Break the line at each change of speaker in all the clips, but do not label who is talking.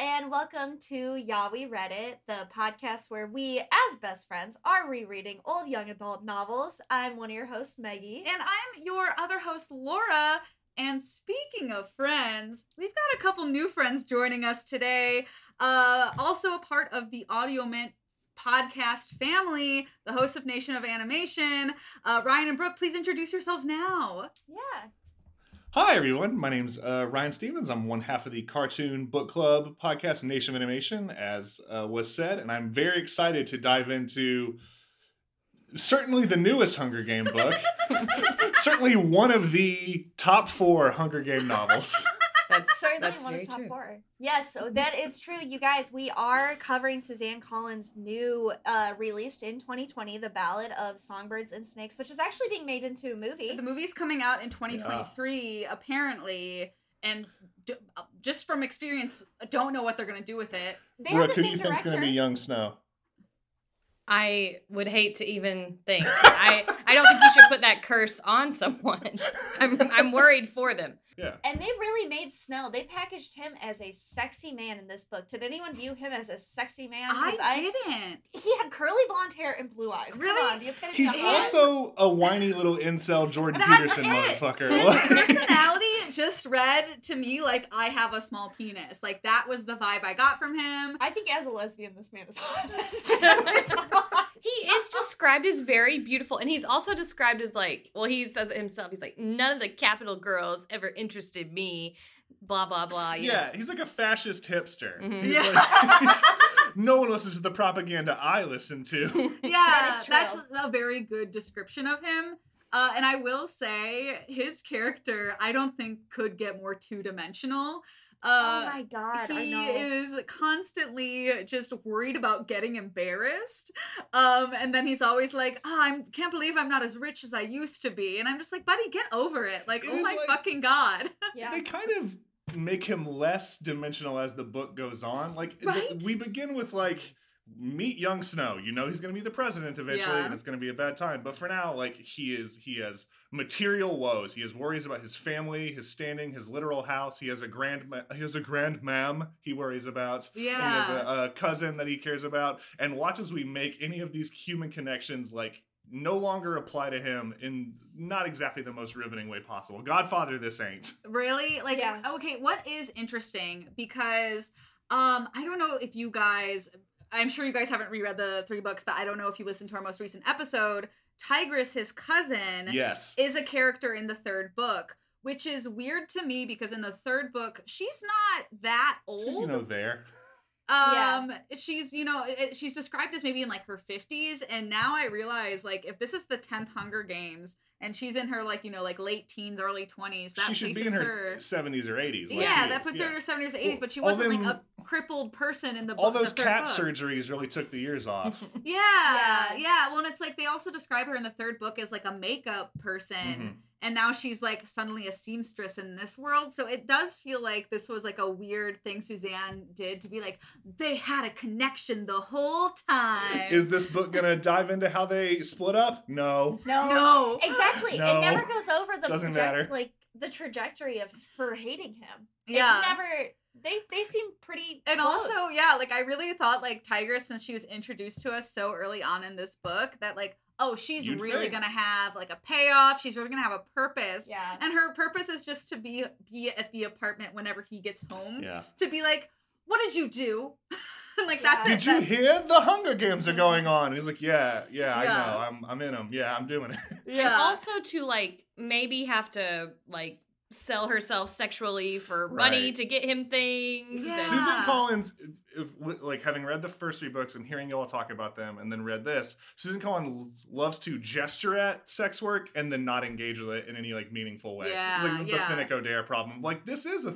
Welcome to Yah We Read It, the podcast where we, as best friends, are rereading old young adult novels. I'm one of your hosts, Maggie.
And I'm your other host, Laura. And speaking of friends, we've got a couple new friends joining us today. Uh, also, a part of the Audio Mint podcast family, the hosts of Nation of Animation. Uh, Ryan and Brooke, please introduce yourselves now.
Yeah.
Hi, everyone. My name's uh, Ryan Stevens. I'm one half of the Cartoon Book Club podcast, Nation of Animation, as uh, was said, and I'm very excited to dive into certainly the newest Hunger Game book, certainly one of the top four Hunger Game novels.
That's
Certainly
that's
one of
very
the top
true. Mm-hmm.
four. Yes, so that is true. You guys, we are covering Suzanne Collins' new, uh, released in 2020, The Ballad of Songbirds and Snakes, which is actually being made into a movie.
The movie's coming out in 2023, apparently. And d- uh, just from experience, I don't know what they're going to do with it.
They have the
Brooke, who do
same
you think's going
director.
to be uh, Young Snow?
I would hate to even think. I I don't think you should put that curse on someone. I'm I'm worried for them.
Yeah.
And they really made Snell. They packaged him as a sexy man in this book. Did anyone view him as a sexy man? 'Cause
I didn't.
He had curly blonde hair and blue eyes. Come
Really?
on, the epitome
He's
of
Yeah.
blonde.
also a whiny little incel Jordan
That's
Peterson
it. His
motherfucker.
personality just read to me like I have a small penis. Like that was the vibe I got from him.
I think as a lesbian, this man is hot. This
Uh,
man is hot.
He is described as very beautiful, and he's also described as like, well, he says it himself. He's like, none of the capital girls ever interested me. Blah blah blah. you know.
yeah, he's like a fascist hipster.
Mhm.
He's like- no one listens to the propaganda I listen to.
yeah,
That is true.
that's a very good description of him. Uh, and I will say, his character, I don't think could get more two dimensional.
oh
Uh,
my god, I
he
know.
is constantly just worried about getting embarrassed. Um, and then he's always like, oh, I can't believe I'm not as rich as I used to be. And I'm just like, buddy, get over it. Like,
It
oh
is
my
like-
fucking God.
yeah.
They kind of make him less dimensional as the book goes on. Like th-
Right?
we begin with like meet young snow you know he's going to be the president eventually
Yeah.
and it's going to be a bad time but for now like he is he has material woes he has worries about his family his standing his literal house he has a grand ma- he has a grand mam he worries about and he has
Yeah.
a, a cousin that he cares about and watch as we make any of these human connections like no longer apply to him in not exactly the most riveting way possible godfather this ain't
Really? Like
Yeah.
okay, what is interesting because um I don't know if you guys I'm sure you guys haven't reread the three books, but I don't know if you listened to our most recent episode. Tigress, his cousin,
yes
is a character in the third book, which is weird to me because in the third book, she's not that old.
you know there
Um, she's you know it, she's described as maybe in like her fifties, and now I realize like if this is the tenth Hunger Games and she's in her like you know like late teens, early twenties, that
she should be
places
in her,
her
70s or 80s like
yeah,
he
that
is,
puts
yeah.
her in her 70s or 80s,
Well,
but she
all
wasn't like
them-
a crippled person in the book.
all those
the third
cat
book.
surgeries really took the years off Mm-hmm.
Yeah,
Yeah.
yeah, Well, and it's like they also describe her in the third book as like a makeup person,
Mhm.
and now she's like suddenly a seamstress in this world. So it does feel like this was like a weird thing Suzanne did to be like they had a connection the whole time.
is this book gonna dive into how they split up no
No.
no
Exactly. It
No.
never goes over the
Doesn't
project-
matter.
like the trajectory of her hating him.
Yeah.
It never they they seem pretty
And
close.
also, yeah, like I really thought like Tiger, since she was introduced to us so early on in this book, that like, oh, she's
You'd
really
think.
gonna have like a payoff. She's really gonna have a purpose.
Yeah.
And her purpose is just to be be at the apartment whenever he gets home.
yeah
To be like, what did you do? like
Yeah.
that's
did
it.
you
That-
hear the hunger games are going on and he's like yeah yeah,
Yeah.
i know i'm, I'm in them yeah i'm doing it
And
yeah.
also to like maybe have to like sell herself sexually for money
Right.
to get him things.
Yeah.
and-
Susan Collins, if, like having read the first three books and hearing y'all talk about them, and then read this, Susan Collins loves to gesture at sex work and then not engage with it in any like meaningful way. It's
Yeah,
like this is
yeah.
the Finnick O'Dare problem. Like this is a
Yeah.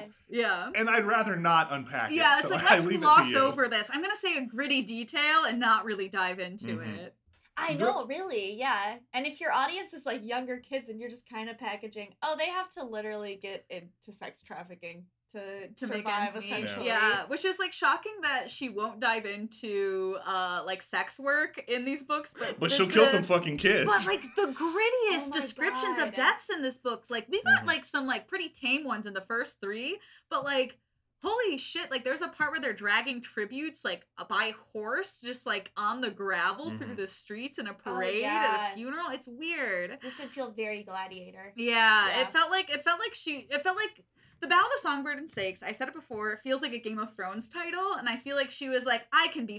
thing,
yeah.
and I'd rather not unpack it.
Yeah, it's
so
like
I
let's
leave it to
gloss
you.
over this. I'm gonna say a gritty detail and not really dive into
Mhm.
it.
I
Bro-
know, really, yeah. And if your audience is like younger kids and you're just kind of packaging, oh, they have to literally get into sex trafficking to,
to make
survive,
ends meet.
essentially.
Yeah, which is like shocking that she won't dive into uh like sex work in these books, but
But
the-
she'll kill
the-
some fucking kids.
But like the grittiest
Oh my
descriptions
God.
of deaths in this book, like we got
Mhm.
like some like pretty tame ones in the first three, but like holy shit like there's a part where they're dragging tributes like by horse just like on the gravel
Mhm.
through the streets in a parade at
yeah.
a funeral it's weird
This would feel very gladiator.
yeah,
Yeah.
it felt like it felt like she it felt like the Ballad of Songbird and Snakes. I said it before. It feels like a Game of Thrones title, and I feel like she was like, "I can be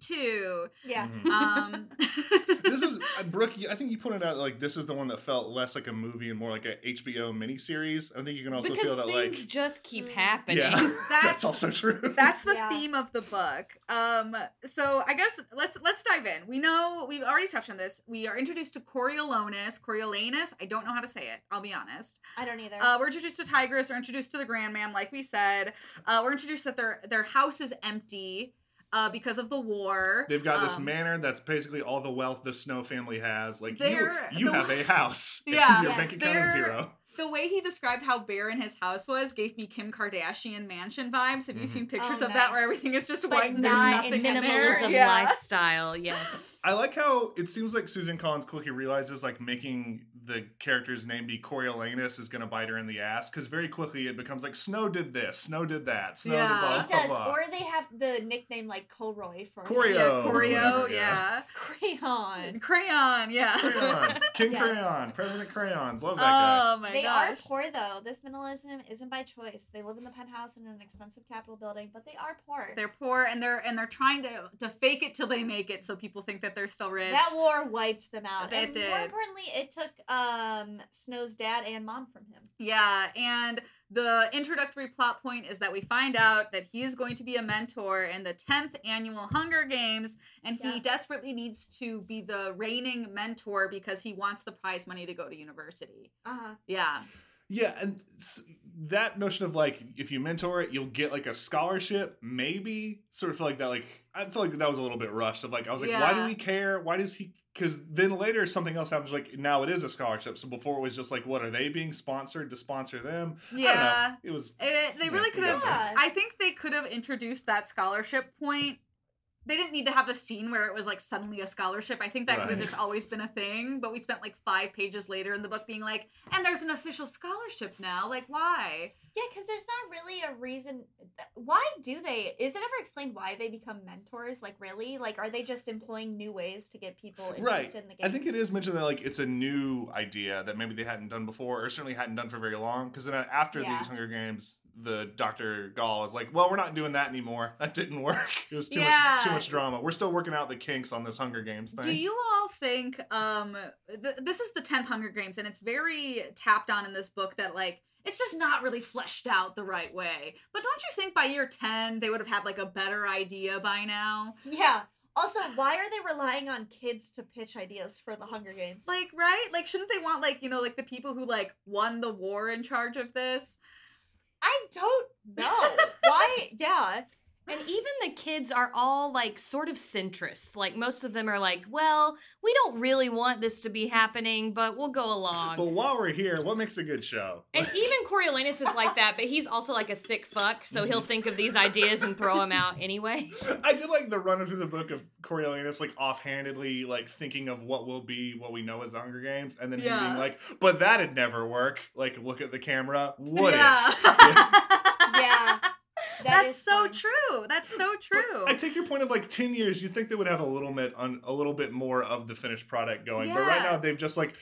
too."
Yeah.
Mhm.
Um,
this is uh, Brooke. you- I think you pointed out like this is the one that felt less like a movie and more like a HBO miniseries. I think you can also
because
feel that like
things just keep
Mm.
happening.
yeah, that's,
That's-
also true.
That's the
Yeah.
theme of the book. Um, so I guess let's let's dive in. We know we've already touched on this. We are introduced to Coriolanus. Coriolanus. I don't know how to say it. I'll be honest.
I don't either.
Uh, we're introduced to Tigress. We're introduced to the Grand Mam, like we said. Uh, we're introduced that their their house is empty uh, because of the war.
They've got this
Um,
manor that's basically all the wealth the Snow family has. Like you,
They're-
you
the-
have a house. and
Yeah.
your
Yes.
bank account is
They're-
zero.
The way he described how barren his house was gave me Kim Kardashian mansion vibes. Have you
Mhm.
seen pictures
Oh,
of that where
nice.
everything is just
But
white and there's
not
nothing
in
minimalism
in there?
minimalism
Yeah.
lifestyle. Yes.
I like how it seems like Susan Collins quickly realizes like making the character's name be Coriolanus is going to bite her in the ass because very quickly it becomes like Snow did this, Snow did that, Snow
Yeah.
did
it
blah blah
does,
blah.
or they have the nickname like Colroy for
Corio.
Yeah,
or
Choreo,
whatever, yeah.
yeah. Oh
Crayon.
Crayon, yeah.
Crayon, King
Yes.
Crayon, President Crayons, love that guy.
Oh my
They are
gosh.
poor though. This minimalism isn't by choice. They live in the penthouse in an expensive Capitol building, but they are poor.
They're poor and they're and they're trying to to fake it till they make it so people think that they're still rich.
that war wiped them out.
That
and more
did.
importantly, it took um Snow's dad and mom from him.
yeah, and the introductory plot point is that we find out that he is going to be a mentor in the 10th annual Hunger Games and he
Yeah.
desperately needs to be the reigning mentor because he wants the prize money to go to university.
Uh-huh.
Yeah.
Yeah, and s- that notion of like if you mentor it, you'll get like a scholarship, maybe. Sort of feel like that. Like I feel like that was a little bit rushed. Of like I was like, why do
Yeah.
we care? Why does he? Because then later something else happens. Like now it is a scholarship. So before it was just like, what are they being sponsored to sponsor them? I don't know.
Yeah.
it was.
It, they
Yeah,
really could have.
yeah.
I think they could have introduced that scholarship point. They didn't need to have a scene where it was like suddenly a scholarship. I think that could
Right.
have just always been a thing. But we spent like five pages later in the book being like, and there's an official scholarship now. Like, why?
Yeah, because there's not really a reason. Why do they? Is it ever explained why they become mentors? Like, really? Like, are they just employing new ways to get people interested
Right.
in the game?
I think it is mentioned that like it's a new idea that maybe they hadn't done before, or certainly hadn't done for very long. Because then uh, after
Yeah.
these Hunger Games, the Doctor Gall is like, "Well, we're not doing that anymore. That didn't work. It was too
Yeah.
much too much drama. We're still working out the kinks on this Hunger Games thing."
Do you all think um th- this is the 10th Hunger Games and it's very tapped on in this book that like it's just not really fleshed out the right way. But don't you think by year 10 they would have had like a better idea by now?
Yeah. Also, why are they relying on kids to pitch ideas for the Hunger Games?
Like, right? Like, shouldn't they want like you know like the people who like won the war in charge of this?
I don't know. why? Yeah.
And even the kids are all like sort of centrists. Like most of them are like, well, we don't really want this to be happening, but we'll go along.
But while we're here, what makes a good show?
and even Coriolanus is like that, but he's also like a sick fuck, so he'll think of these ideas and throw them out anyway.
I did like the run through the book of Coriolanus, like offhandedly, like thinking of what will be what we know as the Hunger Games, and then him
Yeah.
being like, "But that'd never work." Like, look at the camera. Would
yeah.
it?
Yeah. That
That's
is
so
fun.
true. That's so true.
I take your point of like ten years. You think they would have a little bit on a little bit more of the finished product going, but right
Yeah.
now they've just like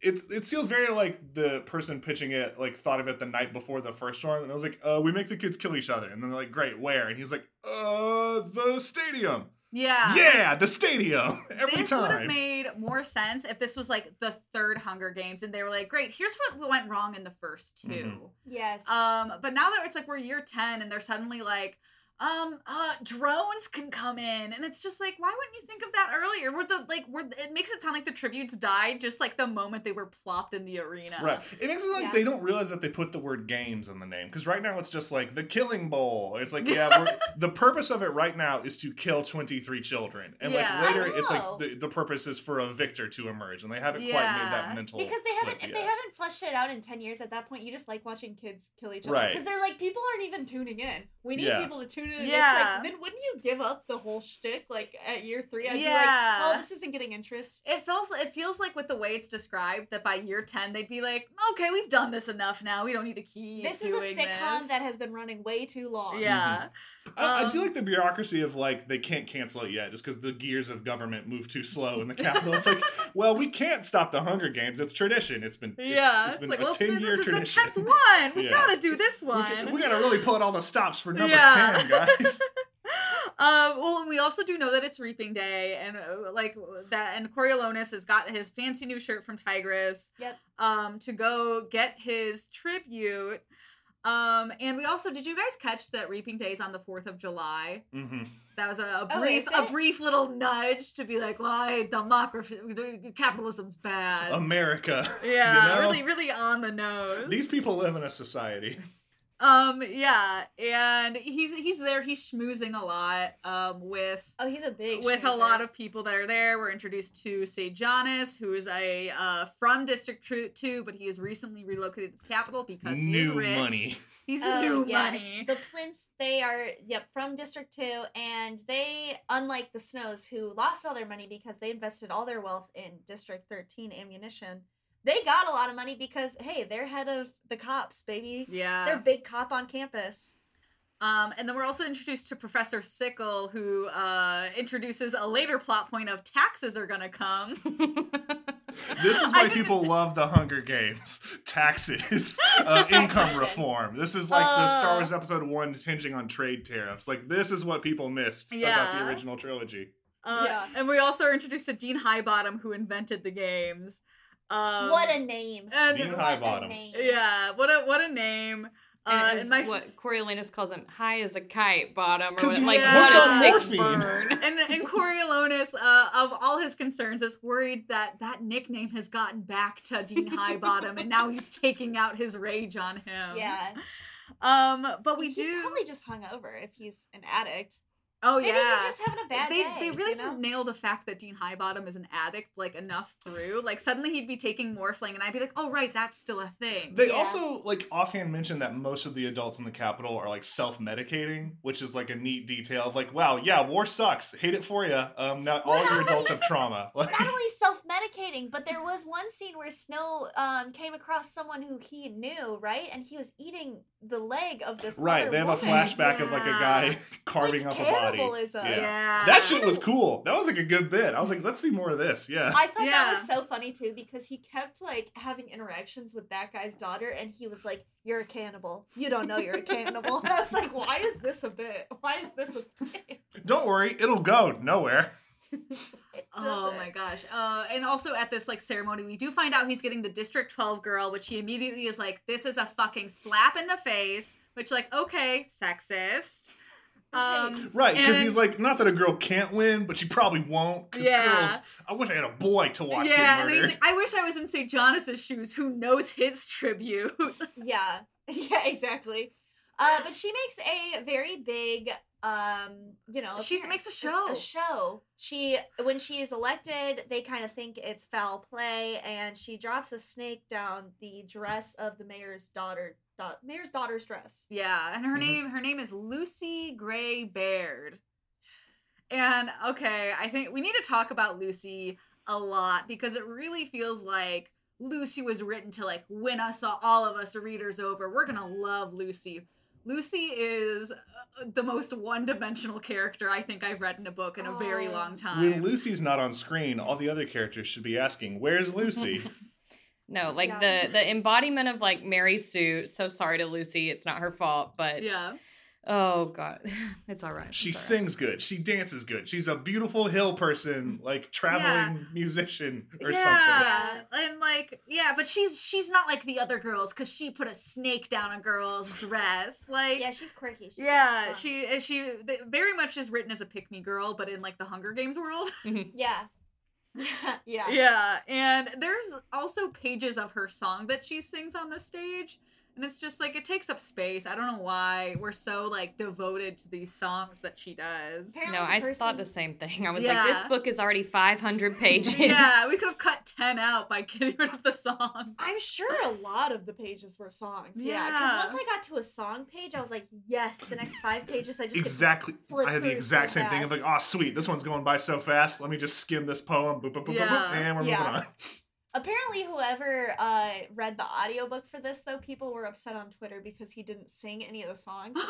it's it feels very like the person pitching it like thought of it the night before the first one, and I was like, uh, we make the kids kill each other, and then they're like, great, where? And he's like, uh, the stadium.
yeah.
yeah, the stadium every
this would have
time.
made more sense if this was like the third Hunger Games and they were like, great, here's what went wrong in the first 2
Mhm.
Yes.
Um, but now that it's like we're year 10 and they're suddenly like, um, uh, drones can come in. And it's just like, why wouldn't you think of that earlier? Were the like were it makes it sound like the tributes died just like the moment they were plopped in the arena.
Right. It makes it like
Yeah.
they don't realize that they put the word games in the name because right now it's just like the Killing Bowl. It's like yeah, we're, the purpose of it right now is to kill twenty three children, and
Yeah.
like later
I
it's
know.
like the, the purpose is for a victor to emerge, and they haven't quite made
Yeah.
that mental
because they haven't,
flip
if they
yet.
haven't fleshed it out in ten years, at that point you just like watching kids kill each other.
Right.
Because they're like, people aren't even tuning in. We need
Yeah.
people to tune
student. and It's
Yeah.
like, then wouldn't you give up the whole shtick like at year three? I'd be
Yeah.
like, well, this isn't getting interest.
It feels it feels like with the way it's described that by year ten they'd be like, okay, we've done this enough now. We don't need to keep.
This is a
doing
sitcom
this."
that has been running way too
Mm-hmm.
long.
Yeah.
I, I
Um,
do like the bureaucracy of like they can't cancel it yet just because the gears of government move too slow in the capital. It's like, well, we can't stop the Hunger Games. It's tradition. It's been it-
Yeah.
it's
It's
been
like,
a
well, it's
ten
been-
year
this is the
tradition.
tenth one. We
Yeah.
gotta do this one.
We, g- we gotta really pull out all the stops for number
Yeah.
ten, guys.
um, well, and we also do know that it's Reaping Day, and uh, like that, and Coriolanus has got his fancy new shirt from Tigress.
Yep.
Um, to go get his tribute. Um, and we also did you guys catch that Reaping Day is on the fourth of July?
hmm
That was a, a
Oh,
brief,
is
a
it?
brief little nudge to be like, why democracy, capitalism's bad.
America. Um, you
yeah,
know?
really, really on the nose.
These people live in a society.
um, yeah, and he's he's there. He's schmoozing a lot. Um, with
Oh, he's a big
with a lot of people that are there. We're introduced to Sejanus, who is a uh, from District Tru- Two, but he is recently relocated to the capital because he is
New
rich.
money.
He's
Oh,
new
yes.
money.
The Plinths, they are, yep, from District 2, and they, unlike the Snows, who lost all their money because they invested all their wealth in District 13 ammunition, they got a lot of money because, hey, they're head of the cops, baby.
yeah.
They're big cop on campus.
Um, and then we're also introduced to Professor Sickle, who uh, introduces a later plot point of taxes are gonna come.
This is
I
why
didn't-
people love the Hunger Games. Taxes, uh, income reform. This is like the Star
Uh.
Wars Episode One hinging on trade tariffs. Like this is what people missed about
Yeah.
the original trilogy.
Uh,
Yeah.
And we also are introduced to Dean Highbottom, who invented the games. Um,
what a name.
and-
Dean
What
High
a
Bottom.
name.
yeah, what a what a name. Uh,
and
and
it's
my-
what Coriolanus calls him high as a kite bottom, or
'Cause
what,
he's
like
hooked
what
on
a sick
morphine.
burn.
and and Coriolanus, uh, of all his concerns, is worried that that nickname has gotten back to Dean Highbottom, and now he's taking out his rage on him.
Yeah.
Um, but we
he's
do.
probably just hung over if he's an addict.
oh
Maybe
yeah.
he's just having a bad
they
day.
they really
you know?
didn't nail the fact that Dean Highbottom is an addict like enough through. Like suddenly he'd be taking Morphling, and I'd be like, oh right, that's still a thing.
They
Yeah.
also like offhand mention that most of the adults in the capital are like self-medicating, which is like a neat detail of like, wow, yeah, war sucks. Hate it for you. Um, now all your adults have trauma. Like,
not only self-medicating, but there was one scene where Snow um, came across someone who he knew, right? And he was eating the leg of this
right?
other
They have a
woman.
flashback of like a
Yeah.
guy carving
Like
up a body.
cannibalism.
Yeah.
yeah.
That shit was cool. That was like a good bit. I was like, let's see more of this. Yeah.
I thought that
Yeah.
was
so funny too because he kept like having interactions with that guy's daughter, and he was like, "You're a cannibal. You don't know you're a cannibal." And I was like, "Why is this a bit? Why is this a bit?"
Don't worry, it'll go nowhere.
Oh
does it.
my gosh. Uh, and also at this like ceremony, we do find out he's getting the District 12 girl, which he immediately is like, this is a fucking slap in the face, which like, okay, sexist. Um,
Right, because
And-
he's like, not that a girl can't win, but she probably won't. 'cause
Yeah.
Girls, I wish I had a boy to watch
yeah,
yeah,
and then
get
he's
murdered.
like, I wish I was in St. John's shoes. Who knows his tribute?
yeah, yeah, exactly. Uh, but she makes a very big, um, you know,
She makes a
appearance,
show.
A show. She when she is elected, they kind of think it's foul play, and she drops a snake down the dress of the mayor's daughter. Da- mayor's daughter's dress.
yeah, and her
Mhm.
name her name is Lucy Gray Baird. And okay, I think we need to talk about Lucy a lot because it really feels like Lucy was written to like win us all, all of us readers over. We're gonna love Lucy. Lucy is uh, the most one-dimensional character I think I've read in a book in a very
Oh.
long
when
time.
Lucy's not on screen, all the other characters should be asking, "Where's Lucy?"
No, like
Yeah.
the the embodiment of like Mary Sue. So sorry to Lucy, it's not her fault, but
yeah,
oh god, it's all right.
she
it's all right.
sings good. She dances good. She's a beautiful hill person, like traveling musician or something.
yeah, and like yeah, but she's she's not like the other girls because she put a snake down a girl's dress. Like
Yeah, she's quirky. She's
yeah,
fun.
she and she th- very much is written as a pick me girl, but in like the Hunger Games world.
Yeah. yeah.
yeah, and there's also pages of her song that she sings on the stage. And it's just like it takes up space. I don't know why we're so like devoted to these songs that she does.
Apparently
No,
the
I
person-
thought the same thing. I was like, this
Yeah.
book is already 500 pages.
Yeah, we could have cut 10 out by getting rid of the song.
I'm sure a lot of the pages were songs.
Yeah, because
Yeah.
once I got to a song page, I was like, yes, the next five pages I just could
Exactly.
flip
I had the
through
exact
so
same thing. I'm
fast.
like, oh, sweet, this one's going by so fast. Let me just skim this poem. Boop, boop, boop, boop, boop,
Yeah.
and we're
Yeah.
moving on.
Apparently, whoever uh, read the audiobook for this, though, people were upset on Twitter because he didn't sing any of the songs.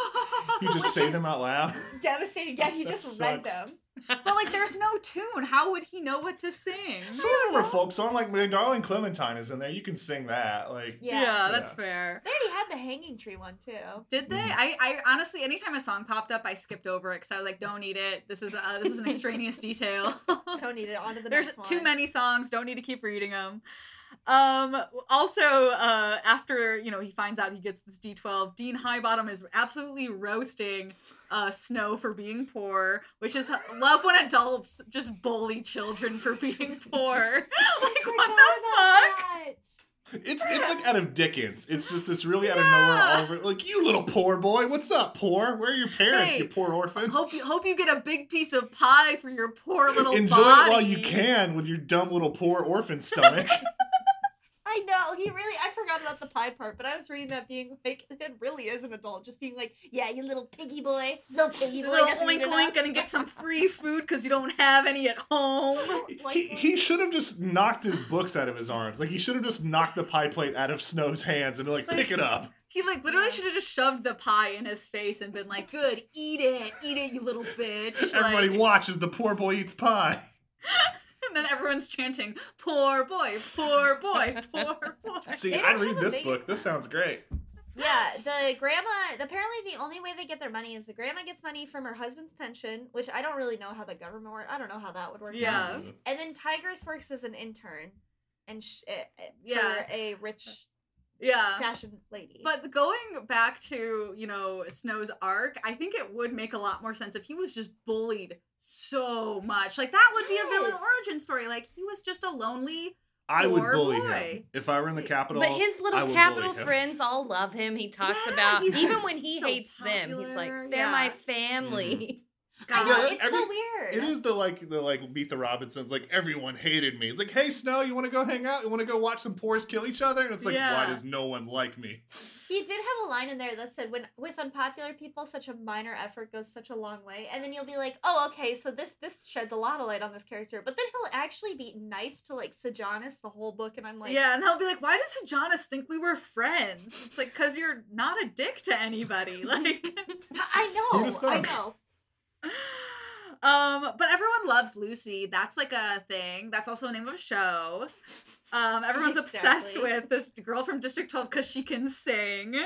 You just say them out loud.
Devastating. Yeah, he
Oh, That
just read
sucks.
them.
but like there's no tune. How would he know what to sing?
Some of them are folk song, like My Darling Clementine is in there. You can sing that. Like,
Yeah.
that's
Yeah.
fair.
They already had the hanging tree one, too.
Did they?
Mhm.
I, I honestly, anytime a song popped up, I skipped over it because I was like, "Don't need it. This is uh, this is an extraneous detail."
Tony did it onto the
There's
next one.
too many songs. Don't need to keep reading them. Um, also, uh, after you know he finds out he gets this D12, Dean Highbottom is absolutely roasting uh, Snow for being poor, which is love when adults just bully children for being poor. like what the fuck?
It's it's like out of Dickens. It's just this really out of nowhere.
Yeah.
All over, like you little poor boy. What's up, poor? Where are your parents?
Hey,
you poor orphan.
Hope you hope you get a big piece of pie for your poor little
Enjoy
body.
it while you can with your dumb little poor orphan stomach.
I know. He really, I forgot about the pie part, but I was reading that being like, it really is an adult, just being like, yeah, you little piggy boy. Little piggy boy.
Little
doesn't eat
oink
enough."
oink, gonna get some free food because you don't have any at home.
Like,
he, he should have just knocked his books out of his arms. Like he should have just knocked the pie plate out of Snow's hands and been like,
Like-
pick it up.
He like literally
Yeah.
should have just shoved the pie in his face and been like, "Good, eat it, eat it, you little bitch!" Like,
Everybody watches the poor boy eats pie.
and then everyone's chanting, "Poor boy, poor boy, poor boy."
See,
They don't
I'd read
have a
this
big-
book. This sounds great.
Yeah, the grandma. Apparently, the only way they get their money is the grandma gets money from her husband's pension, which I don't really know how the government works. I don't know how that would work. out.
Yeah.
And then Tigress works as an intern, and sh- eh, eh,
Yeah.
for a rich
Yeah.
fashion lady.
But going back to, you know, Snow's arc, I think it would make a lot more sense if he was just bullied so much. Like that would be a villain
Yes.
origin story. Like he was just a lonely
I would
Poor
bully him
boy.
if I were in the capital.
But his
I
little
would
capital
bully him.
friends all love him. He talks
Yeah,
about
he's
even when he
so
hates them, he's like,
popular,
they're my
yeah.
family.
I
guy.
know,
Yeah,
it's
every-
so weird.
It is the like the like beat the Robinsons. Like everyone hated me. It's like, hey Snow, you want to go hang out? You want to go watch some poors kill each other? And it's like,
Yeah.
why does no one like me?
He did have a line in there that said, "When with unpopular people, such a minor effort goes such a long way." And then you'll be like, "Oh, okay, so this this sheds a lot of light on this character." But then he'll actually be nice to like Sejanus the whole book, and I'm like,
yeah, and they'll be like, "Why did Sejanus think we were friends?" It's like, "Cause you're not a dick to anybody." Like,
I
Who'da
know, I
thunk?
know.
um, but everyone loves Lucy. That's like a thing. That's also the name of a show. Um, everyone's obsessed
Exactly.
with this girl from District 12 because she can sing.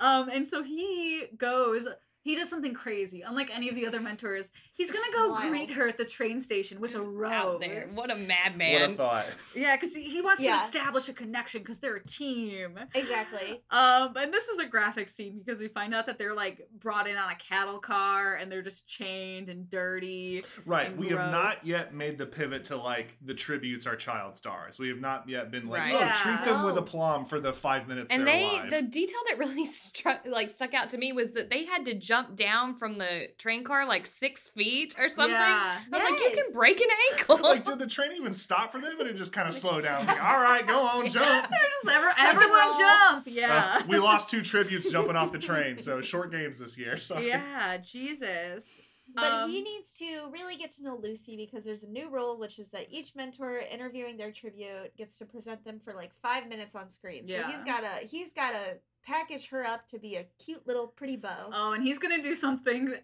Um, and so he goes. He does something crazy, unlike any of the other mentors. He's gonna
It's
go
wild.
greet her at the train station with
Just
a rose.
out there. What a
Mm-hmm. What a
madman.
thought.
yeah, because he, he wants
Yeah.
to establish a connection because they're a team.
Exactly.
Um, and this is a graphic scene because we find out that they're like brought in on a cattle car and they're just chained and dirty.
Right.
And
We have not
gross.
yet made the pivot to like the tributes are child stars. We have not yet been like,
Right.
oh,
Yeah.
treat them with
No.
aplomb for the five minutes
And
they're
they,
alive.
the detail that really struck, like stuck out to me was that they had to jump down from the train car like six feet or something.
Yeah.
I was like, you can
Yes.
break an ankle.
like, did the train even stop for them? And it just kind of slowed down. Like, all right, go on, jump.
They're just ever,
and
everyone
roll.
jump.
Uh,
Yeah.
we lost two tributes jumping off the train, so short games this year. Sorry.
yeah, Jesus.
But
Um,
he needs to really get to know Lucy because there's a new rule, which is that each mentor interviewing their tribute gets to present them for like five minutes on screen. So he's
Yeah.
gotta he's gotta package her up to be a cute little pretty bow.
Oh, and he's gonna do something uh,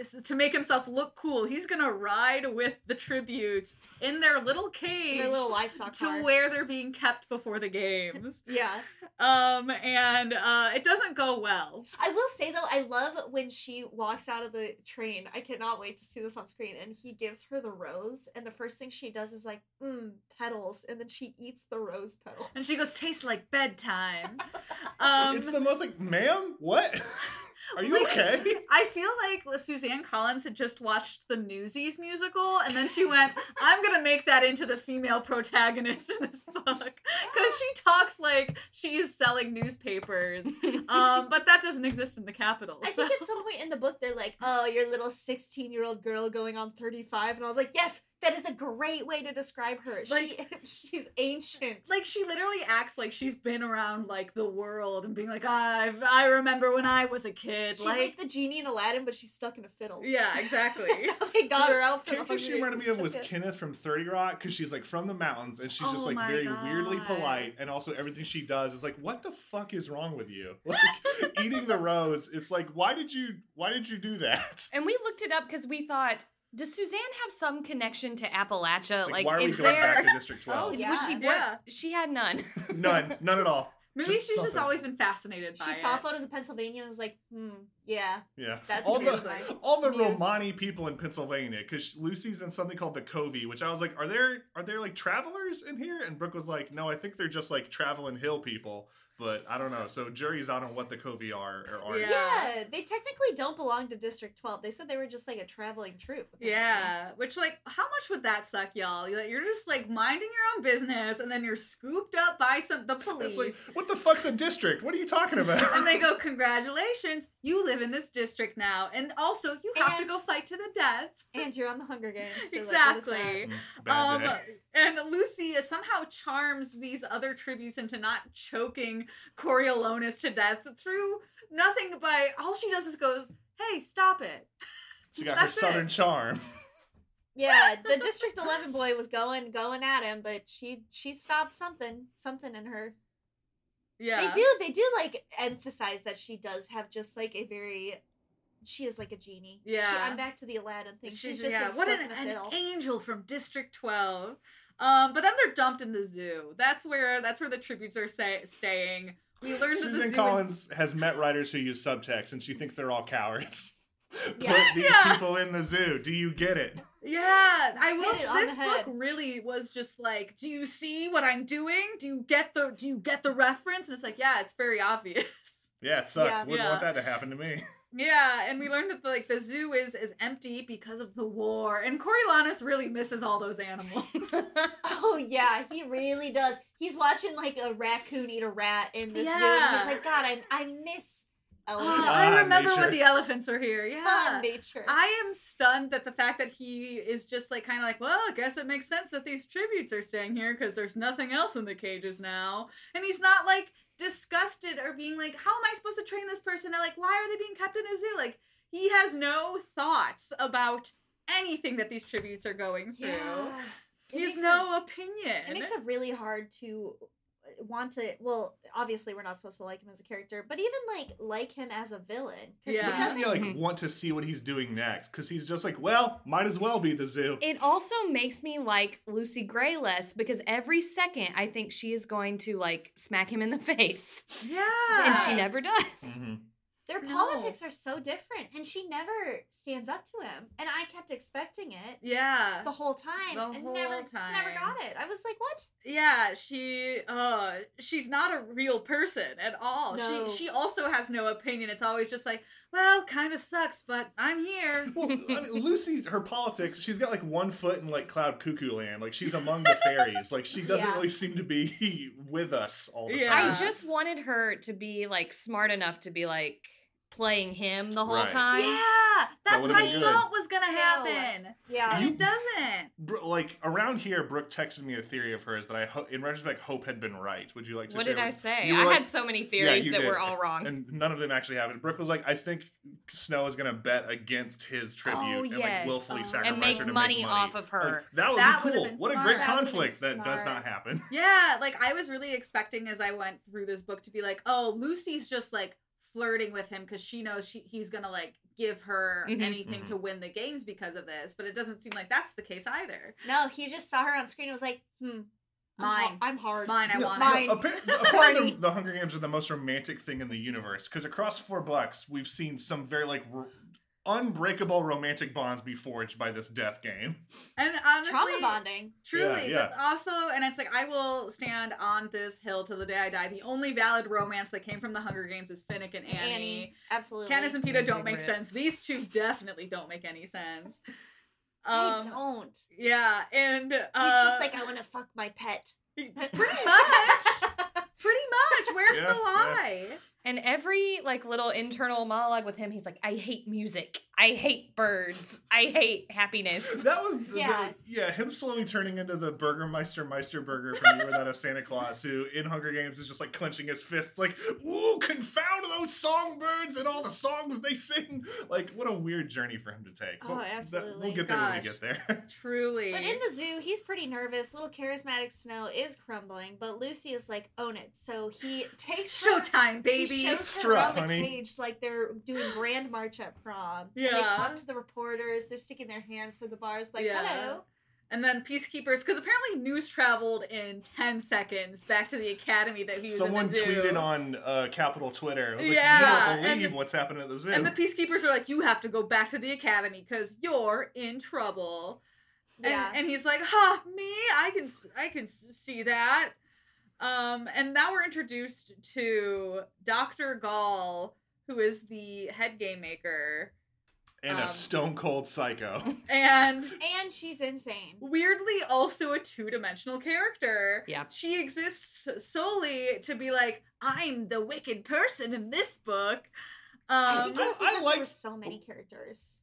c- uh, to make himself look cool. He's gonna ride with the tributes in their little cage
in their little livestock
to
car.
where they're being kept before the games.
Yeah.
Um, and uh, it doesn't go well.
I will say though, I love when she walks out of the train. I cannot wait to see this on screen. And he gives her the rose, and the first thing she does is like, mm, petals, and then she eats the rose petals.
And she goes, tastes like bedtime. Um,
it's the most like, ma'am, what? Are you
Like-
okay?
I feel like Suzanne Collins had just watched the Newsies musical, and then she went, I'm going to make that into the female protagonist in this book. Because she talks like she is selling newspapers. Um, but that doesn't exist in the capital.
I
so-
think at some point in the book they're like, "Oh, your little sixteen-year-old girl going on thirty-five," and I was like, "Yes, that is a great way to describe her.
Like-
she, she's ancient."
like she literally acts like she's been around like the world and being like, I I remember when I was a kid.
She's like, the genie in Aladdin, but she's stuck in a fiddle.
yeah, exactly.
That's how they got her out for the
character she
Hunger
reminded
Games
me of
and
was
shit.
Kenneth from 30 Rock because she's like from the mountains and she's
Oh
just like
my
very weirdly
God.
polite and also everything she does is like what the fuck is wrong with you like eating the rose it's like why did you why did you do that
And we looked it up because we thought, does Suzanne have some connection to Appalachia?
like,
Like,
why are we
is
going
there?
back to
Oh,
District 12
yeah.
Was she?
Yeah.
What? She had none.
none none at all
Maybe
Just
she's just
something.
always been fascinated by
She
it.
saw photos of Pennsylvania and was like, "Hmm, yeah,
yeah
that's
all
all
the all the
Yes.
Romani people in Pennsylvania, because Lucy's in something called the Covey, which I was like, are there are there like travelers in here? And Brooke was like, no, I think they're just like traveling hill people, but I don't know. So jury's out on what the Covey are or aren't.
Yeah.
Yeah, they technically don't belong to District 12. They said they were just like a traveling troupe.
Yeah, which like, how much would that suck, y'all? You're like- You're just like minding your own business, and then you're scooped up by some the police,
It's like, what the fuck's a district? What are you talking about?
and they go, "Congratulations, you live in this district now, and also you have to
And-
go fight to the death."
And you're on the Hunger Games. so, like, what is that?
exactly.
Mm, Bad
Um,
day.
and Lucy somehow charms these other tributes into not choking Coriolanus to death through nothing but all she does is goes, "Hey, stop it!"
She got her
that's it.
southern charm.
yeah, the District 11 boy was going going at him, but she she stopped something, something in her.
Yeah,
They do they do like emphasize that she does have just like a very she is like a genie. She-
Yeah.
I'm back to the Aladdin thing. She's, just
yeah,
been
what
stuck
an,
in a
an
fiddle.
angel from District Twelve. Um, but then they're dumped in the zoo. That's where that's where the tributes are say, staying. We learned that the zoo
Susan
is-
Collins has met writers who use subtext, and she thinks they're all cowards. Put these
Yeah.
people in the zoo. Do you get it?
yeah, I
Hit
was.
it on the
This book
head.
really was just like, do you see what I'm doing? Do you get the Do you get the reference? And it's like, yeah, it's very obvious.
Yeah, it sucks.
Yeah.
Wouldn't
Yeah.
want that to happen to me.
Yeah, and we learned that like the zoo is is empty because of the war, and Coriolanus really misses all those animals.
Oh yeah, he really does. He's watching like a raccoon eat a rat in this zoo. And
Yeah.
he's like, God, I I miss
Ah,
elephants.
Ah,
I remember when
nature.
the elephants were here.
Ah,
Yeah.
nature.
I am stunned that the fact that he is just like kind of like, well, I guess it makes sense that these tributes are staying here because there's nothing else in the cages now. And he's not like disgusted or being like, how am I supposed to train this person? And like, why are they being kept in a zoo? Like, he has no thoughts about anything that these tributes are going through.
yeah. It
He has
makes
no opinion.
It, it makes it really hard to uh, want to. Well, obviously, we're not supposed to like him as a character, but even like like him as a villain because he
Yeah.
doesn't
doesn't.
you, like
Mhm.
want to see what he's doing next because he's just like, well, might as well be the zoo.
It also makes me like Lucy Gray less because every second I think she is going to like smack him in the face,
yeah.
and she never does.
Mhm.
Their
No.
politics are so different, and she never stands up to him. And I kept expecting it
Yeah.
the whole time,
The
and never
whole time.
never got it. I was like, what?
yeah she uh she's not a real person at all
No.
she she also has no opinion it's always just like well kind of sucks but i'm here
Well, I mean, Lucy, her politics, she's got like one foot in like cloud cuckoo land. Like she's among the fairies. Like she doesn't
Yeah.
really seem to be with us all the
Yeah.
time.
I just wanted her to be like smart enough to be like playing him the whole
Right.
time.
yeah that's
would've
what i
been good.
thought was gonna
No.
happen
Yeah.
and
You-
it doesn't
Bro, like around here, Brooke texted me a theory of hers that I, ho- in retrospect, hope had been right. Would you like to?
What
share
did I
with-
say?
You were
I
like-
had so many theories
you
that
did.
were all wrong.
and none of them actually happened. Brooke was like, I think Snow is gonna bet against his tribute
Oh,
and
yes.
like willfully
And
sacrifice
make
her to
money
make money
off of
Like,
her.
that would
That
be
would've
cool.
been
What a
smart.
great
That
would've been
conflict that does not
smart.
happen.
yeah like i was really expecting as i went through this book to be like oh lucy's just like flirting with him because she knows she, he's gonna like give her
Mm-hmm.
Mhm.
anything
Mhm.
to win the games because of this but it doesn't seem like that's the case either
No, he just saw her on screen and was like, hmm, I'm ho-
Mine.
I'm hard.
mine i
No,
want
mine.
no, appar- apparently, the, the Hunger Games are the most romantic thing in the universe because across four bucks, we've seen some very like r- unbreakable romantic bonds be forged by this death game.
and honestly
Trauma bonding.
Truly,
Yeah,
but also, and it's like I will stand on this hill till the day I die. The only valid romance that came from the Hunger Games is Finnick and
Annie.
Annie.
Absolutely.
Candace and Peeta
My
don't make
favorite.
sense. These two definitely don't make any sense.
I
Um,
don't.
Yeah, and uh,
He's just like, I want to fuck my pet.
pretty much.
yeah,
the
yeah.
lie?
And every like little internal monologue with him, he's like, I hate music. I hate birds. I hate happiness.
That was the, yeah.
Yeah.
yeah, him slowly turning into the Burgermeister Meisterburger from You Were Not a Santa Claus, who in Hunger Games is just like clenching his fists, like, ooh, confound those songbirds and all the songs they sing. Like, what a weird journey for him to take.
Oh,
But that-
absolutely.
we'll get there when we
Gosh.
get there.
Truly.
But in the zoo, he's pretty nervous. Little charismatic Snow is crumbling, but Lucy is like, own it. So he takes her,
Showtime,
he
baby.
shows her
Strut,
around
honey.
the cage like they're doing grand march at prom. And they
Yeah.
talk to the reporters. They're sticking their hands through the bars like,
Yeah.
hello.
and then peacekeepers, because apparently news traveled in ten seconds back to the academy that he was
Someone
in the zoo.
tweeted on uh, Capital Twitter, it was like,
Yeah,
you
and
don't believe
the-
what's happening at the zoo.
and the peacekeepers are like, "You have to go back to the academy because you're in trouble."
Yeah.
And, and he's like, "Huh, me? I can, s- I can s- see that." Um, and now we're introduced to Doctor Gall, who is the head game maker,
and
um,
a stone cold psycho.
and
And she's insane.
weirdly also a two-dimensional character.
Yeah.
She exists solely to be like, "I'm the wicked person in this book."
I
Um,
think it's
I- I
because
like-
there were so many characters.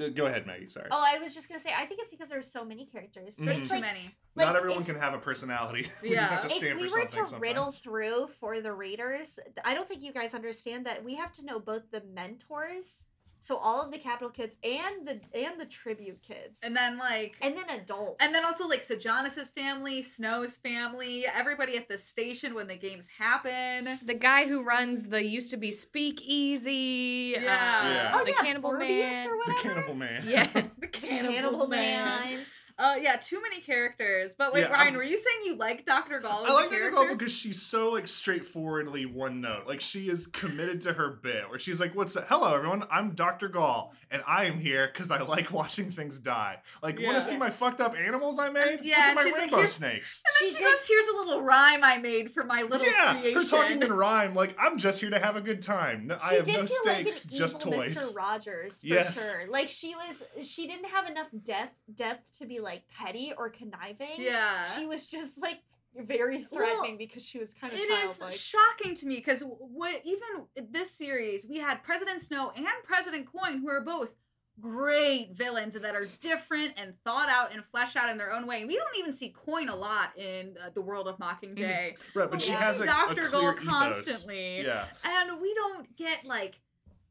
Uh, Go ahead, Maggie. Sorry.
Oh, I was just gonna say, I think it's because there were so many characters.
Mhm.
too
It's like,
many.
like,
Not everyone
if-
can have a personality. we
Yeah.
just have to
If
stand
we
for
were to
something sometimes.
riddle through for the readers, I don't think you guys understand that we have to know both the mentors, so all of the capital kids and the and the tribute kids,
And then like
and then adults,
And then also like Sejanus's family, Snow's family, everybody at the station when the games happen.
The guy who runs the used to be speakeasy. uh,
Yeah.
oh
the
yeah,
cannibal
Morbius
man.
or
the
whatever,
Cannibal Man.
yeah.
The
Cannibal,
Cannibal,
man.
Uh, yeah, too many characters. But wait,
Yeah,
Ryan,
I'm-
were you saying you like Dr. Gall as
I like
a
Dr.
character?
Gall because she's so like straightforwardly one note. Like she is committed to her bit where she's like, What's up? Hello everyone, I'm Dr. Gall, and I am here because I like watching things die. Like,
Yeah.
wanna see my fucked up animals I made?
yeah, and
Look at
she's
my
like,
rainbow
"Here's-
snakes.
and then
She
she,
did-
goes, here's a little rhyme I made for my little
yeah,
creation.
her talking in rhyme, like, I'm just here to have a good time. No, I
She
have
did
no
feel
stakes,
like an
just
evil
toys.
Mr. Rogers for
Yes.
sure. Like she was, she didn't have enough depth depth to be like petty or conniving.
yeah.
she was just like very
Well,
threatening because she was kind of
It is
childlike.
shocking to me because what even this series we had President Snow and President Coin who are both great villains that are different and thought out and fleshed out in their own way. We don't even see Coin a lot in uh, the world of
Mm-hmm.
Mockingjay,
Right, but
Well,
she
we
has
see
a, a
Dr.
clear
Gull
ethos.
constantly.
Yeah.
and we don't get like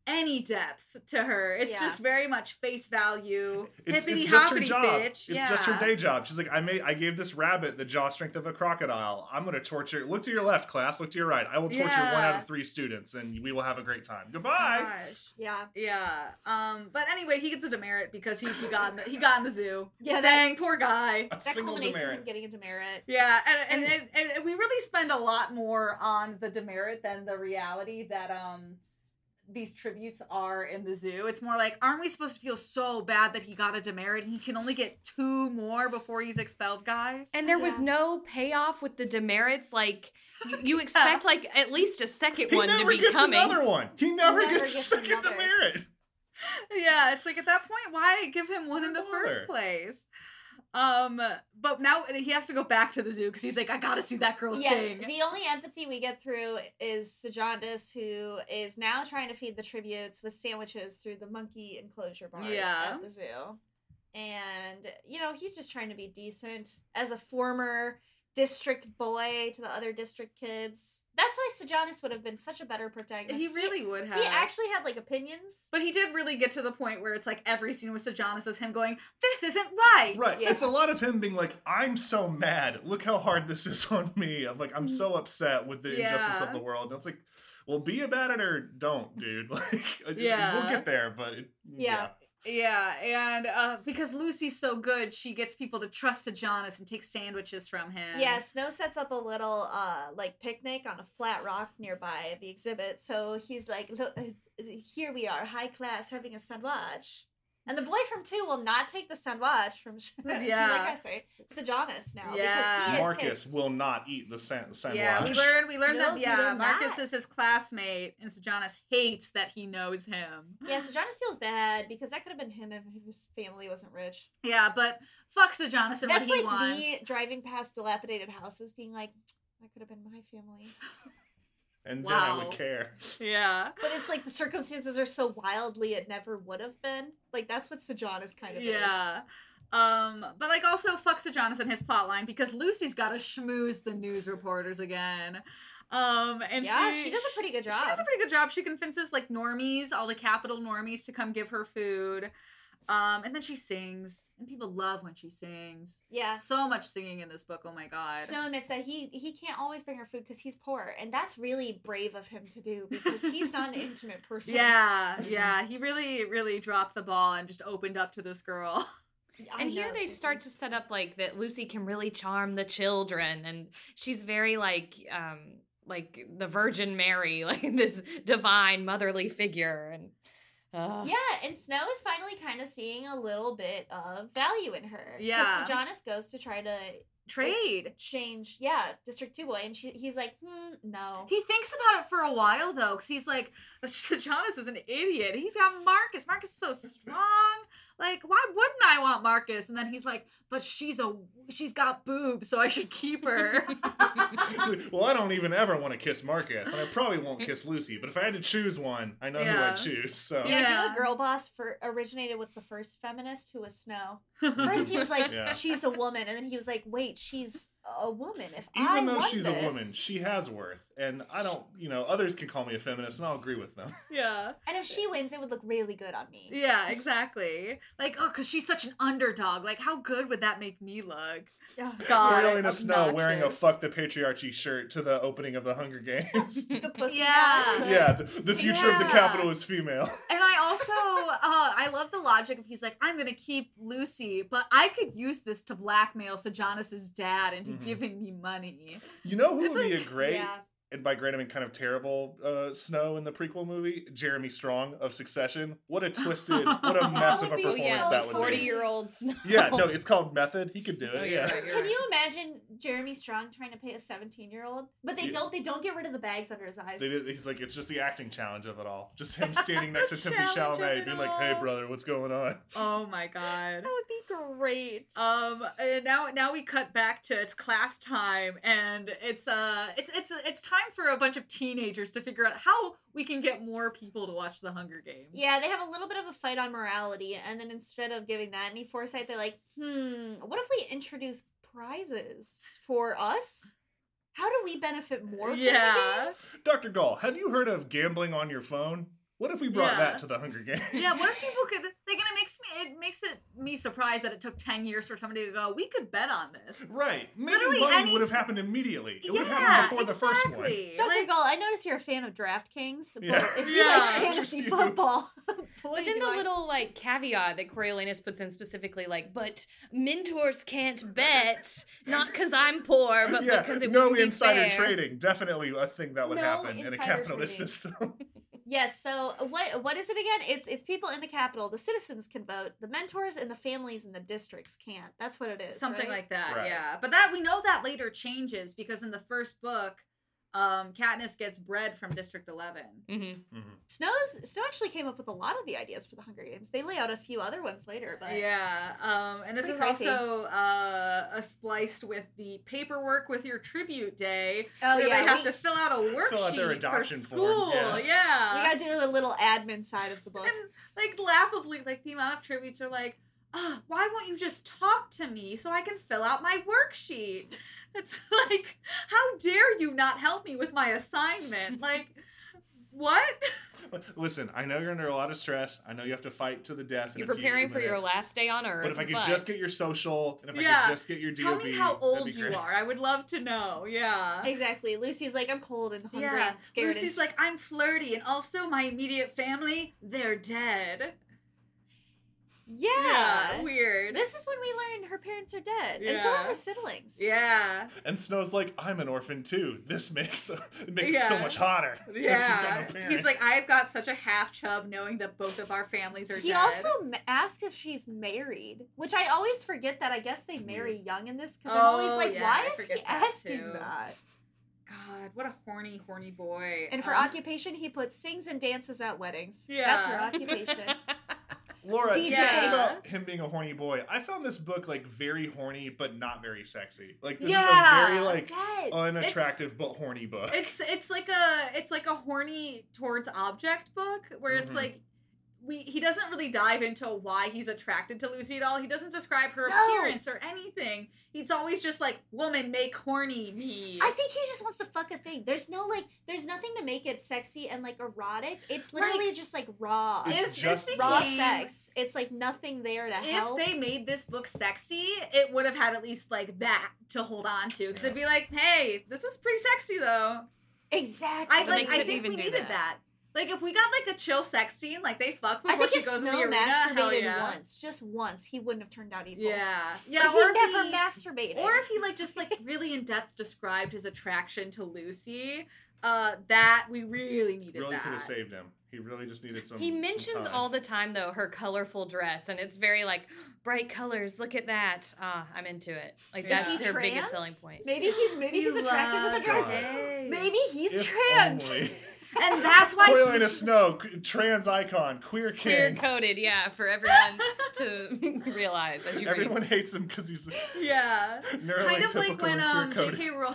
any depth to her. It's
Yeah.
just very much face value.
It's,
Hippity
it's just her
hoppity,
job.
bitch.
It's just her
Yeah.
day job. She's like, I made, I gave this rabbit the jaw strength of a crocodile. I'm gonna torture. Look to your left, class. Look to your right. I will torture one out
Yeah.
of three students, and we will have a great time. Goodbye.
Oh Gosh.
yeah,
Yeah. Um. But anyway, he gets a demerit because he, he got in the, he got in the zoo.
yeah. That,
Dang, poor guy.
A
that
single
culminates in him
demerit.
getting into merit.
Yeah, and and, and and we really spend a lot more on the demerit than the reality that um these tributes are in the zoo. It's more like, aren't we supposed to feel so bad that he got a demerit and he can only get two more before he's expelled, guys?
And there was
Yeah.
no payoff with the demerits. Like you, you expect like at least a second
He
one to
never
be
gets
coming.
another one. He never,
Never
gets,
gets
a second
another.
demerit.
yeah, it's like at that point, why give him one in the first
Bother.
place? Um, but now and he has to go back to the zoo because he's like, I gotta see that girl
Yes,
sing.
the only empathy we get through is Sejandas, who is now trying to feed the tributes with sandwiches through the monkey enclosure bars
Yeah.
at the zoo. And, you know, he's just trying to be decent as a former district boy to the other district kids. That's why Sejandas would have been such a better protagonist.
he really would
he,
have.
he actually had like opinions.
But he did really get to the point where it's like every scene with Sejanus is him going, This isn't right.
Right.
Yeah.
It's a lot of him being like, I'm so mad. Look how hard this is on me. I'm like, I'm so upset with the injustice
Yeah.
of the world. And it's like, well, be about it or don't, dude. Like,
Yeah.
we'll get there, but it,
Yeah.
Yeah, and uh, because Lucy's so good, she gets people to trust Sejanus and take sandwiches from him.
Yeah, Snow sets up a little uh like picnic on a flat rock nearby the exhibit. So he's like, "Look, uh, here we are, high class, having a sandwich." And the boy from two will not take the sandwich from yeah. like
Yeah.
I say, Sejanus now because
Yeah.
he is
Marcus
pissed.
will not eat the san- sandwich.
Yeah, we learned we learned
No,
that
he
yeah,
will
Marcus
not.
is his classmate and Sejanus hates that he knows him.
Yeah, Sejanus feels bad because that could have been him if his family wasn't rich.
Yeah, but fuck Sejanus and
That's
what he
like
wants.
me driving past dilapidated houses, being like, "That could have been my family."
and then I
Wow.
would care.
Yeah.
But it's like the circumstances are so wildly it never would have been. Like that's what Sejanus kind of is.
Yeah. Um, but like also fuck Sejanus and his plotline because Lucy's gotta schmooze the news reporters again. Um and
yeah,
she,
she does a pretty good job.
She does a pretty good job. She convinces like normies, all the capital normies, to come give her food. Um, and then she sings, and people love when she sings.
yeah.
So much singing in this book. Oh my god.
Snow admits that he he can't always bring her food because he's poor, and that's really brave of him to do because he's not an intimate person.
yeah, yeah. He really, really dropped the ball and just opened up to this girl.
I
and here
know,
they
Susan.
start to set up like that Lucy can really charm the children and she's very like um like the Virgin Mary, like this divine motherly figure and uh,
Yeah, and Snow is finally kind of seeing a little bit of value in her. 'Cause
Yeah.
Sejanus goes to try to
Trade.
change, yeah, District 2 boy, and she, he's like, hmm, no.
He thinks about it for a while though, because he's like, Jonas is an idiot. He's got Marcus. Marcus is so strong. Like, why wouldn't I want Marcus? And then he's like, but she's a she's got boobs, so I should keep her.
well, I don't even ever want to kiss Marcus, and I probably won't kiss Lucy. But if I had to choose one, I know who
Yeah.
I'd choose. So
The idea
Yeah.
of girl boss for, originated with the first feminist who was Snow. First, he was like,
Yeah.
she's a woman, and then he was like, wait, she's a woman. If
even
I
though
want
she's a
this-
woman, she has worth, and I don't. You know, others can call me a feminist, and I'll agree with them.
yeah.
and if she wins, it would look really good on me.
Yeah, exactly. Like, oh, cause she's such an underdog. Like, how good would that make me look?
Yeah.
God.
Coriolanus Snow wearing a
Uh, obnoxious.
"fuck the patriarchy" shirt to the opening of the Hunger Games.
The pussy
Yeah.
cat, the-
yeah, the, the future of the
Yeah.
capital is female.
And I also, uh, I love the logic of he's like, I'm gonna keep Lucy, but I could use this to blackmail Sejanus's dad into
Mhm.
giving me money.
You know who would be a
Like,
great,
yeah.
and by great I mean kind of terrible, uh, Snow in the prequel movie? Jeremy Strong of Succession. What a twisted, what a
That
mess of a
would be
performance
so yeah,
that would
oh, forty
be.
year old Snow.
Yeah, no, it's called Method. He could do it.
Oh,
yeah.
you're right, you're
Can
right.
you imagine Jeremy Strong trying to pay a 17 year old? But they
Yeah.
don't. They don't get rid of the bags under his eyes.
They did, he's like, it's just the acting challenge of it all. Just him standing next to Timothy
Challenge of
Chalamet,
it
being like, "Hey,
all."
brother, what's going on?"
Oh my
That
god.
would be great.
Um and now now we cut back to it's class time and it's uh it's it's it's time for a bunch of teenagers to figure out how we can get more people to watch the Hunger Games.
yeah, they have a little bit of a fight on morality, and then instead of giving that any foresight, they're like, hmm, what if we introduce prizes for us? How do we benefit more? From yeah.
Yeah.
Doctor Gall, have you heard of gambling on your phone? What if we brought
Yeah.
that to the Hunger Games?
Yeah, what if people could like and it makes me it makes it me surprised that it took ten years for somebody to go, we could bet on this.
Right. Making
Literally
money
any-
would have happened immediately. It would have
Yeah,
happened before the first one.
exactly.
Dr.
Like-
Gall, I notice you're a fan of DraftKings, but
Yeah.
if you
Yeah.
like fantasy
Interesting.
football, boy,
But then
do
the
I-
little like caveat that Coriolanus puts in specifically, like, but mentors can't bet, not because I'm poor, but
yeah,
because it
no
wouldn't be
insider
fair.
trading. Definitely a thing that would
No
happen in a
insider
capitalist
trading.
system.
Yes. So uh, what what is it again? It's it's people in the capital. The citizens can vote. The mentors and the families and the districts can't. That's what it is.
something
right?
like that
Right.
yeah but that we know that later changes because in the first book um Katniss gets bread from District 11
Mhm.
Mm-hmm.
Snow's Snow actually came up with a lot of the ideas for the Hunger Games. They lay out a few other ones later, but
yeah um and this
Pretty
is
crazy.
also uh a spliced with the paperwork with your tribute day
oh
where
yeah,
they have
we,
to fill out a worksheet
Fill out their adoption
for school
forms, yeah.
yeah.
we got to do a little admin side of the book.
and like laughably like the amount of tributes are like "Ah, why won't you just talk to me so I can fill out my worksheet? It's like, how dare you not help me with my assignment? Like, what?
Mhm. Listen, I know you're under a lot of stress. I know you have to fight to the death. in
You're
a few
preparing for your
minutes.
last day on earth.
But if I could just get your social, and if I
Yeah.
could just get your DOB,
Tell me how
that'd
old
be
you
great.
are. I would love to know. Yeah.
Exactly. Lucy's like, I'm cold and hungry
uh, Yeah.
and scared.
Lucy's
and
like, I'm flirty, and also my immediate family, they're dead.
yeah.
Weird.
This is when we learn her parents are dead, and so
Yeah.
are her siblings.
Yeah.
And Snow's like, I'm an orphan too. This makes it makes it so
Yeah.
much hotter. that she's got
Yeah.
no
He's
parents.
like, I've got such a half chub knowing that both of our families are
He
dead.
also ma- asked if she's married, which I always forget that. I guess they marry young in this because I'm always
Mm-hmm. Oh,
like,
yeah, I
why is
forget
he
that
asking
too.
that?
God, what a horny, horny boy.
And for
Um,
occupation, he puts sings and dances at weddings. that's her
Yeah.
occupation.
Laura,
DJ.
talking
Yeah.
about him being a horny boy, I found this book like very horny but not very sexy. Like this
Yeah.
is a very like "Oh,
Yes.
unattractive but horny book.
It's it's like a it's like a horny towards object book where it's
Mhm.
like we he doesn't really dive into why he's attracted to Lucy at all. He doesn't describe her
No.
appearance or anything. He's always just like, "Woman, make horny me."
I think he just wants to fuck a thing. There's no like, there's nothing to make it sexy and like erotic. It's literally just like raw,
It's
if
just
this
raw
became-
sex. It's like nothing there to
if
help.
they made this book sexy, it would have had at least like that to hold on to because it'd be like, "Hey, this is pretty sexy though."
exactly.
I
But
like.
they
I
couldn't
think we
even do
needed that.
that.
Like if we got like a chill sex scene, like they fuck
I
before
think
she
if
goes in the
Snow
arena. hell
masturbated
yeah.
once, just once, he wouldn't have turned out evil.
Yeah, yeah.
But
or
he
if
never
he-
masturbated.
or if he like just like really in depth described his attraction to Lucy, uh, that we really needed.
really
that.
could have saved him. He really just needed some.
He
some
mentions
time.
all the time though her colorful dress, and it's very like bright colors. Look at that! Ah, I'm into it. Like
Is
that's
he
their biggest selling
trans?
point.
Maybe he's maybe
He
he's attracted to the
loves
dress.
gays.
Maybe he's
If
trans.
only.
and that's why.
Coriolanus
he's-
Snow, c- trans icon, queer
Clear
king.
coded, yeah, for everyone to realize as you read.
Everyone hates him because he's
Yeah. Kind of
neurotypical
like when um
and queer
J.K. Rowling.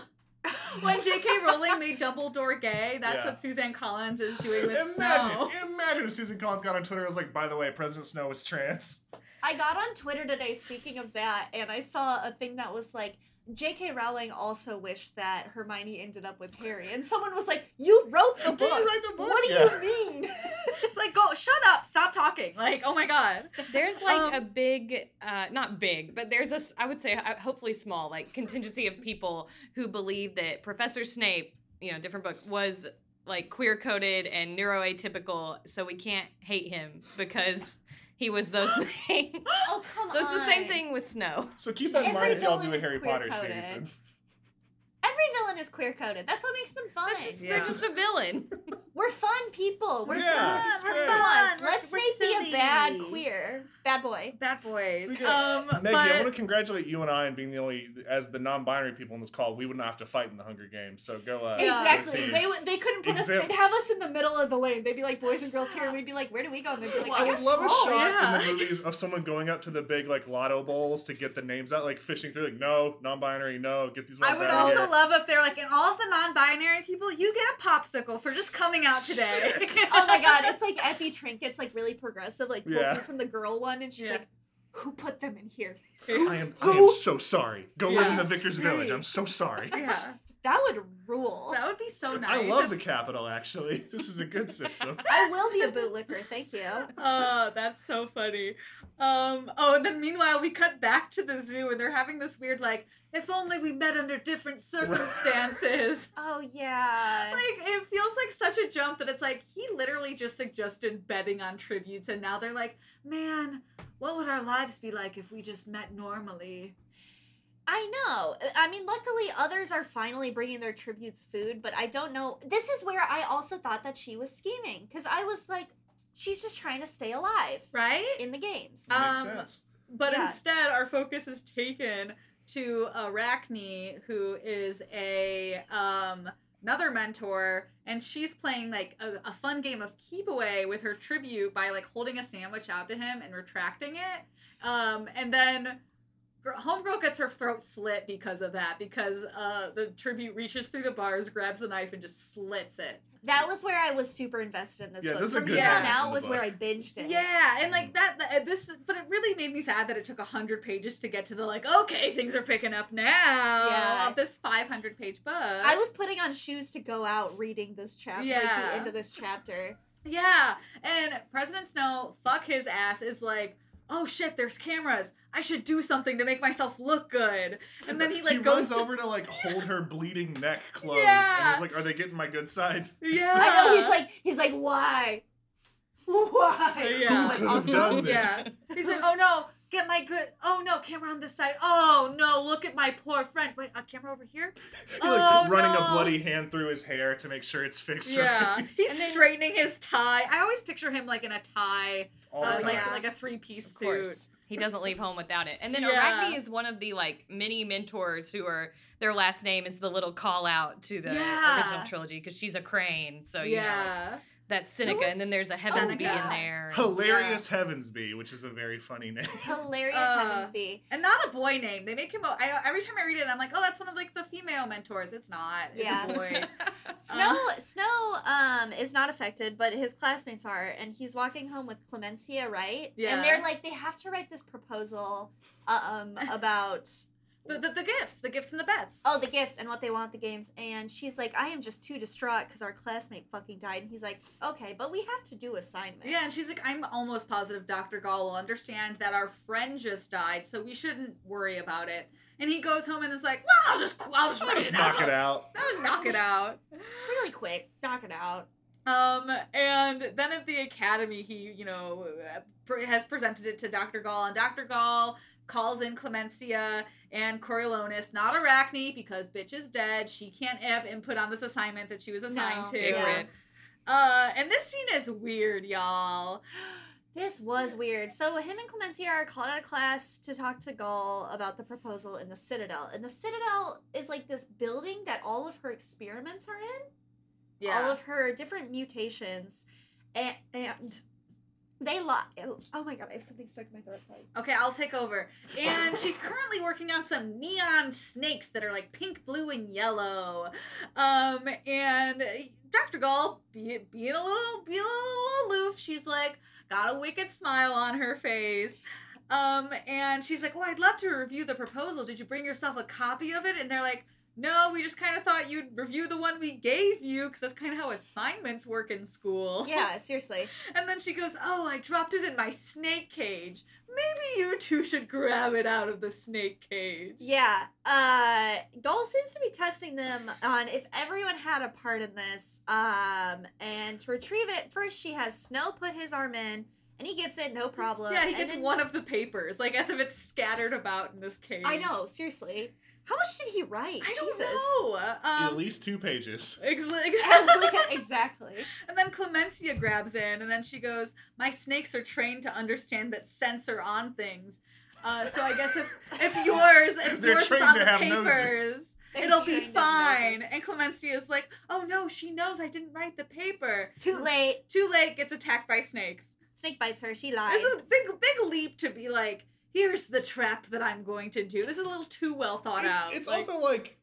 When J.K. Rowling made Dumbledore gay, that's
Yeah.
what Suzanne Collins is doing with
Imagine,
Snow.
imagine if Susan Collins got on Twitter and was like, by the way, President Snow is trans.
I got on Twitter today speaking of that, and I saw a thing that was like J.K. Rowling also wished that Hermione ended up with Harry, and someone was like, "You wrote the
Did you
book.
write the book?
What do
Yeah.
you mean?"
It's like, go, shut up, stop talking. Like, oh my god.
There's like
Um,
a big, uh, not big, but there's a, s- I would say, uh, hopefully small, like contingency of people who believe that Professor Snape, you know, different book, was like queer coded and neuroatypical, so we can't hate him because he was those things.
oh come
So it's the same
on.
thing with Snow.
So keep that in
Every
mind if y'all
villain
do a
is
Harry Potter
queer-coded.
series. and-
Every villain is queer coded. That's what makes them fun.
That's just,
Yeah.
They're just a villain.
We're fun people. We're
Yeah,
fun.
it's
we're
great.
fun. We're-
Let's
we're
make be
silly.
a bad queer bad boy.
Bad boys.
Speaking
Um,
Maggie, I want to
but
congratulate you and I on being the only, as the non-binary people in this call, we would not have to fight in the Hunger Games. So go. Uh,
Yeah.
Exactly.
team.
They would. They couldn't put us.
Exempt.
They'd have us in the middle of the lane. They'd be like, "Boys and girls here," and we'd be like, "Where do we go?" And they'd be like,
Well,
"I
I would
guess
love a
home."
shot in
yeah.
the movies of someone going up to the big like lotto bowls to get the names out, like fishing through, like no, non-binary, no, get these.
I
ones
would
out
also
here.
love if they're like, and all of the non-binary people, you get a popsicle for just coming out today.
oh my god, it's like Effie Trinket's like really progressive, like pulls
Yeah.
me from the girl one, and she's
Yeah.
like, "Who put them in here?
Oh
I am. I am so sorry. Go live in the
Yes,
Vicar's
right.
Village. I'm so sorry.
yeah,
That would rule.
that would be so nice.
I love the capital. Actually, this is a good system.
I will be a bootlicker. Thank you."
Oh, that's so funny. Um, oh, and then meanwhile, we cut back to the zoo, and they're having this weird like, if only we met under different circumstances.
Oh yeah.
like it feels like such a jump that it's like he literally just suggested betting on tributes, and now they're like, man, what would our lives be like if we just met normally?
I know. I mean, luckily others are finally bringing their tributes food, but I don't know. This is where I also thought that she was scheming because I was like, she's just trying to stay alive
Right?
in the games.
Uh,
Makes
Um,
sense.
But
Yeah.
instead, our focus is taken to Arachne, who is a um, another mentor, and she's playing like a, a fun game of keep away with her tribute by like holding a sandwich out to him and retracting it, um, and then. gr- Homegirl gets her throat slit because of that, because uh, the tribute reaches through the bars, grabs the knife, and just slits it.
that was where I was super invested in this
Yeah,
book.
this is a
From
good
here
book
on
in
out
the
was where
book.
I binged it.
Yeah, and
Mm-hmm.
like that, th- this, but it really made me sad that it took 100 pages to get to the like, okay, things are picking up now
Yeah.
of this 500 page book.
I was putting on shoes to go out reading this chapter, like
Yeah.
the end of this chapter.
yeah, and President Snow, fuck his ass, is like, oh shit, there's cameras. I should do something to make myself look good. And then he like
he
goes
runs
to-
over to like hold her bleeding neck closed,
Yeah.
and he's like, "Are they getting my good side?"
Yeah.
I know he's like, he's like, why? Why?
Yeah. "Oh,
Who could have
also-
done this?
Yeah. He's like, oh no, get my good. Oh no, camera on this side. Oh no, look at my poor friend. Wait, a camera over here?
He, like,
Oh,
running
no.
a bloody hand through his hair to make sure it's fixed
Yeah,
right
he's
And then-
straightening his tie. I always picture him like in a tie,
all the
uh,
time.
like
yeah.
like a three piece
Of
suit.
course. He doesn't leave home without it. And then
Yeah.
Arachne is one of the like many mentors who are their last name is the little call out to the
Yeah.
original trilogy because she's a crane. So you know
yeah,
That's Seneca,
Who's-
and then there's a Heavens Bee in
Seneca.
there.
Oh, Hilarious Heavensby, which is a very funny name.
Hilarious
Uh,
Heavensby.
And not a boy name. They make him. A, I, every time I read it, I'm like, oh, that's one of like the female mentors. It's not. It's
Yeah.
a boy.
Snow
uh.
Snow um is not affected, but his classmates are, and he's walking home with Clemencia, right?
Yeah.
And they're like, they have to write this proposal
uh,
um about
the, the, the gifts, the gifts and the bets.
oh the gifts and what they want at the games. And she's like, I am just too distraught because our classmate fucking died. And he's like, Okay, but we have to do assignment.
Yeah, and she's like, I'm almost positive Dr. Gall will understand that our friend just died, so we shouldn't worry about it. And he goes home and is like, well, I'll just, I'll just write
Let's
it out.
knock
Just-
it out.
I'll just knock it out.
Really quick, knock it out.
Um, and then at the academy, he, you know, uh, pre- has presented it to Dr. Gall, and Dr. Gall calls in Clemencia and Coriolanus, not Arachne, because bitch is dead. She can't have input on this assignment that she was assigned
No.
to.
Ignorant.
Uh, and this scene is weird, y'all.
This was weird. So him and Clemencia are called out of class to talk to Gaul about the proposal in the Citadel. And the Citadel is like this building that all of her experiments are in.
Yeah.
all of her different mutations and, and they lie oh my god i have something stuck in my throat sorry
Okay, I'll take over. And she's currently working on some neon snakes that are like pink, blue, and yellow. Um, and Dr. Gall, be, being a little, being a little aloof, she's like got a wicked smile on her face. Um, and she's like, "Well, I'd love to review the proposal. Did you bring yourself a copy of it?" And they're like, "No, we just kind of thought you'd review the one we gave you because that's kind of how assignments work in school."
yeah seriously
And then she goes, Oh, I dropped it in my snake cage. Maybe you two should grab it out of the snake cage.
yeah uh Gaul seems to be testing them on if everyone had a part in this um and to retrieve it first she has snow put his arm in and he gets it no problem
Yeah, he
And
gets
then-
one of the papers, like as if it's scattered about in this cage.
i know seriously how much did he write
I don't
jesus
know.
At
Um,
least two pages.
ex- ex-
exactly
and then Clemencia grabs in, and then she goes, My snakes are trained to understand that scents are on things. Uh, so I guess if, if yours, if
They're
yours is
trained
on
to
the
have
papers,
noses.
They're
it'll be
trained on
fine.
noses.
And Clemencia is like, Oh no, she knows I didn't write the paper.
too late
too late gets attacked by snakes.
snake bites her she lies
This is a big, big leap to be like, here's the trap that I'm going to do. This is a little too well thought out.
It's, it's
Like,
also like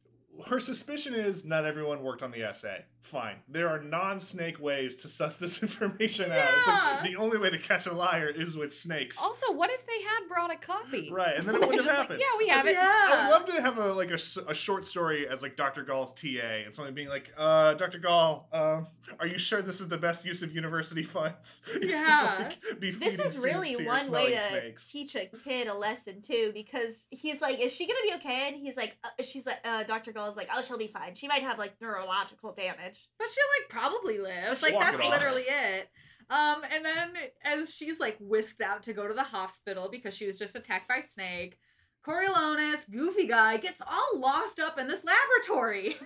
her suspicion is not everyone worked on the essay. Fine. There are non snake ways to suss this information out. It's like
Yeah.
the only way to catch a liar is with snakes.
Also, what if they had brought a copy?
Right, and then it wouldn't have
Oh, Just like,
happened.
yeah, we have it.
I would
Yeah.
love to have a like a, s- a short story as like Dr. Gall's TA and somebody being like, uh, "Dr. Gall, um, are you sure this is the best use of university funds?" is to,
Yeah.
like, be
this
feeding
is really
students to your
one way to
smelling snakes.
teach a kid a lesson too because he's like is she gonna be okay and he's like uh, she's like uh, dr gull's like oh she'll be fine she might have like neurological damage
But she'll like probably live.
Just
Like
walk
that's
it off.
literally it. Um, and then as she's like whisked out to go to the hospital because she was just attacked by snake, Coriolanus, goofy guy, gets all lost up in this laboratory.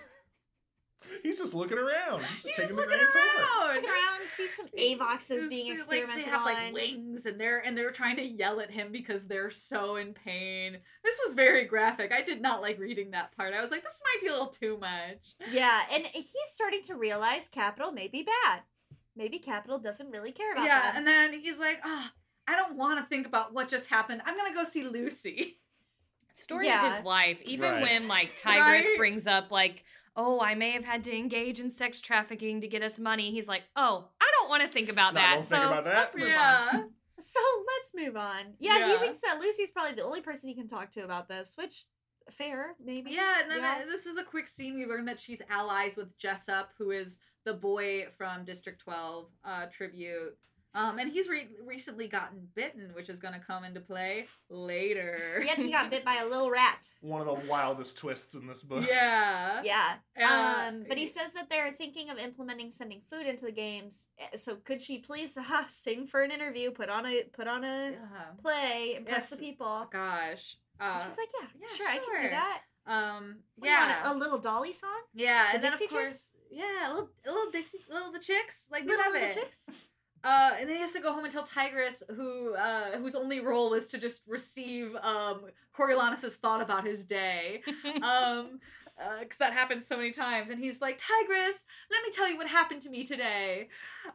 He's just looking around. He's just
He's just
taking
looking
the grand tour.
around.
Stick around see some avoxes
It's
being
just, like,
experimented
they
on
have, Like wings, and they're and they're trying to yell at him because they're so in pain. This was very graphic. I did not like reading that part. I was like, this might be a little too much.
yeah and he's starting to realize capital may be bad maybe capital doesn't really care about
yeah,
them.
and then he's like, oh, I don't want to think about what just happened. I'm gonna go see Lucy.
Story of
Yeah.
his life. Even
Right.
when like Tigress
Right?
brings up like, oh, I may have had to engage in sex trafficking to get us money. He's like, oh, I don't want to think about
No,
that.
don't
so
think about that.
let's move on.
yeah,
so let's move on yeah, he
Yeah.
thinks that lucy's probably the only person he can talk to about this which fair maybe
yeah. And then
Yeah.
uh, this is a quick scene. We learn that she's allies with Jessup, who is the boy from District 12 uh, tribute. Um, and he's re- recently gotten bitten, which is going to come into play later.
yep he got bit by a little rat
One of the wildest twists in this book.
Yeah.
yeah
Uh,
Um, but he says that they're thinking of implementing sending food into the games. eh, So could she please uh, sing for an interview, put on a put on a
yeah.
play, impress
Yes.
the people?
uh-huh. Gosh. Uh,
And she's like, yeah,
yeah,
sure, I can do
sure.
that.
um,
What do you want,
yeah,
a, a little dolly song.
yeah,
the
and then of
Dixie
course, yeah, little, little Dixie, little the chicks, like we
Little
love
Little
it.
Chicks?
Uh, and then he has to go home and tell Tigress, who uh, whose only role is to just receive um Coriolanus's thought about his day. Um, because that happens so many times. And he's like, Tigress, let me tell you what happened to me today.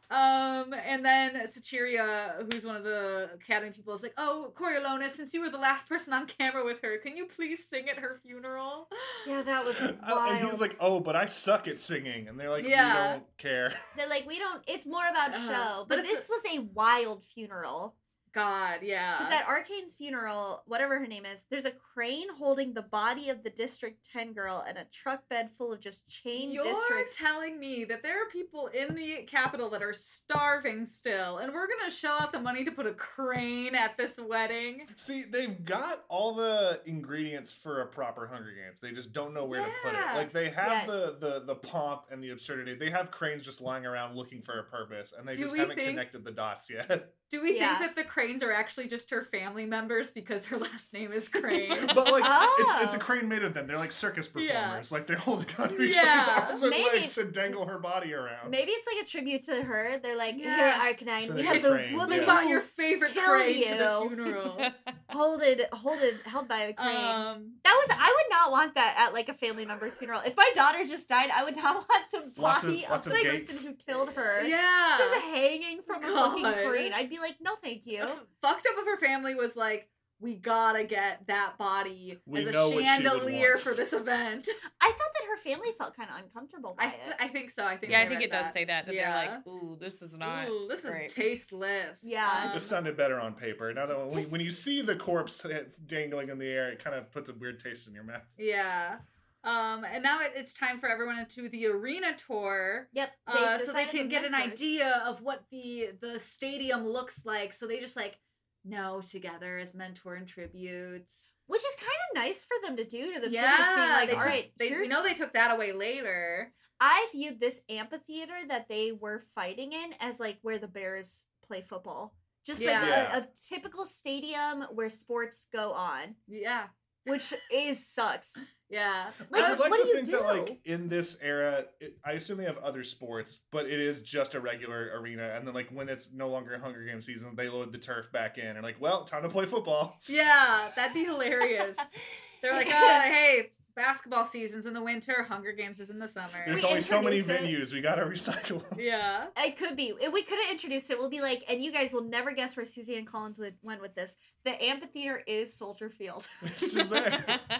Um, and then Satyria, who's one of the Academy people, is like, Oh, Coriolanus, since you were the last person on camera with her, can you please sing at her funeral?
Yeah, that was wild.
I- and he's like, "Oh, but I suck at singing," and they're like, "We
Yeah.
don't care."
They're like, we don't. It's more about
Uh-huh.
show.
But
But,
it's a-
this was a wild funeral.
God, yeah.
Because at Arcane's funeral, whatever her name is, there's a crane holding the body of the District Ten girl and a truck bed full of just chained
You're
districts.
telling me that there are people in the capital that are starving still, and we're gonna shell out the money to put a crane at this wedding.
See, they've got all the ingredients for a proper Hunger Games. They just don't know where to put
Yeah.
it. Like they have
Yes.
the, the the pomp and the absurdity. They have cranes just lying around looking for a purpose, and they
Do
just
we
haven't
think-
connected the dots yet.
Do we
Yeah.
think that the cranes are actually just her family members because her last name is Crane?
but like, it's, it's
Oh.
a crane made of them. They're like circus
Yeah.
performers. Like they're holding onto each
Yeah.
other's arms and
Maybe-
legs to dangle her body around.
Maybe it's like a tribute to her. They're like,
Yeah.
here, Arcanine,
So
we
they
have
get
the
trained,
woman
we
yeah.
brought
who
your favorite
Kill
crane to the
you.
funeral.
holded, holded, held by a crane.
um,
that was. I would not want that at like a family member's funeral. If my daughter just died, I would not want the
Lots of-
body
lots
of,
of
the
gates.
person who killed her.
yeah.
just hanging from a
God. Oh.
fucking crane. I'd be like, no, thank you.
F- fucked up of her family was like, we gotta get that body
We
as a
know what she would
chandelier
want."
for this event.
I thought that her family felt kind of uncomfortable by
I,
it.
th- I think so. I think
yeah, I
they
think
read
it does
that.
say that that
Yeah.
they're like, ooh, this is not.
Ooh, this
great."
is tasteless.
Yeah.
Um,
This sounded better on paper. Now that when,
This-
when you see the corpse dangling in the air, it kind of puts a weird taste in your mouth.
yeah. Um, and now it, it's time for everyone into the arena tour.
yep.
Uh,
they've
so they
decided
can
the
get an
mentors.
idea of what the the stadium looks like. So they just like know together as mentor and tributes.
which is kind of nice for them to do to the
yeah,
tributes. Being like,
they,
all
took-
right,
they we
here's-
know they took that away later.
I viewed this amphitheater that they were fighting in as like where the Bears play football, just like
Yeah.
a, a typical stadium where sports go on,
Yeah,
which is sucks.
yeah. Uh,
Like,
I would like
what
to
do you
think that, like,
do?
in this era, it, I assume they have other sports, but it is just a regular arena. And then, like, when it's no longer Hunger Game season, they load the turf back in and, like, well, time to play football.
Yeah, that'd be hilarious. They're like, oh, hey, basketball season's in the winter, Hunger Games is in the summer.
There's
We
only so many
introduce
venues. We got to recycle them.
yeah.
It could be. If we could have introduced it, we'll be like, and you guys will never guess where Suzanne Collins would, went with this. The amphitheater is Soldier Field.
It's just there.
Um,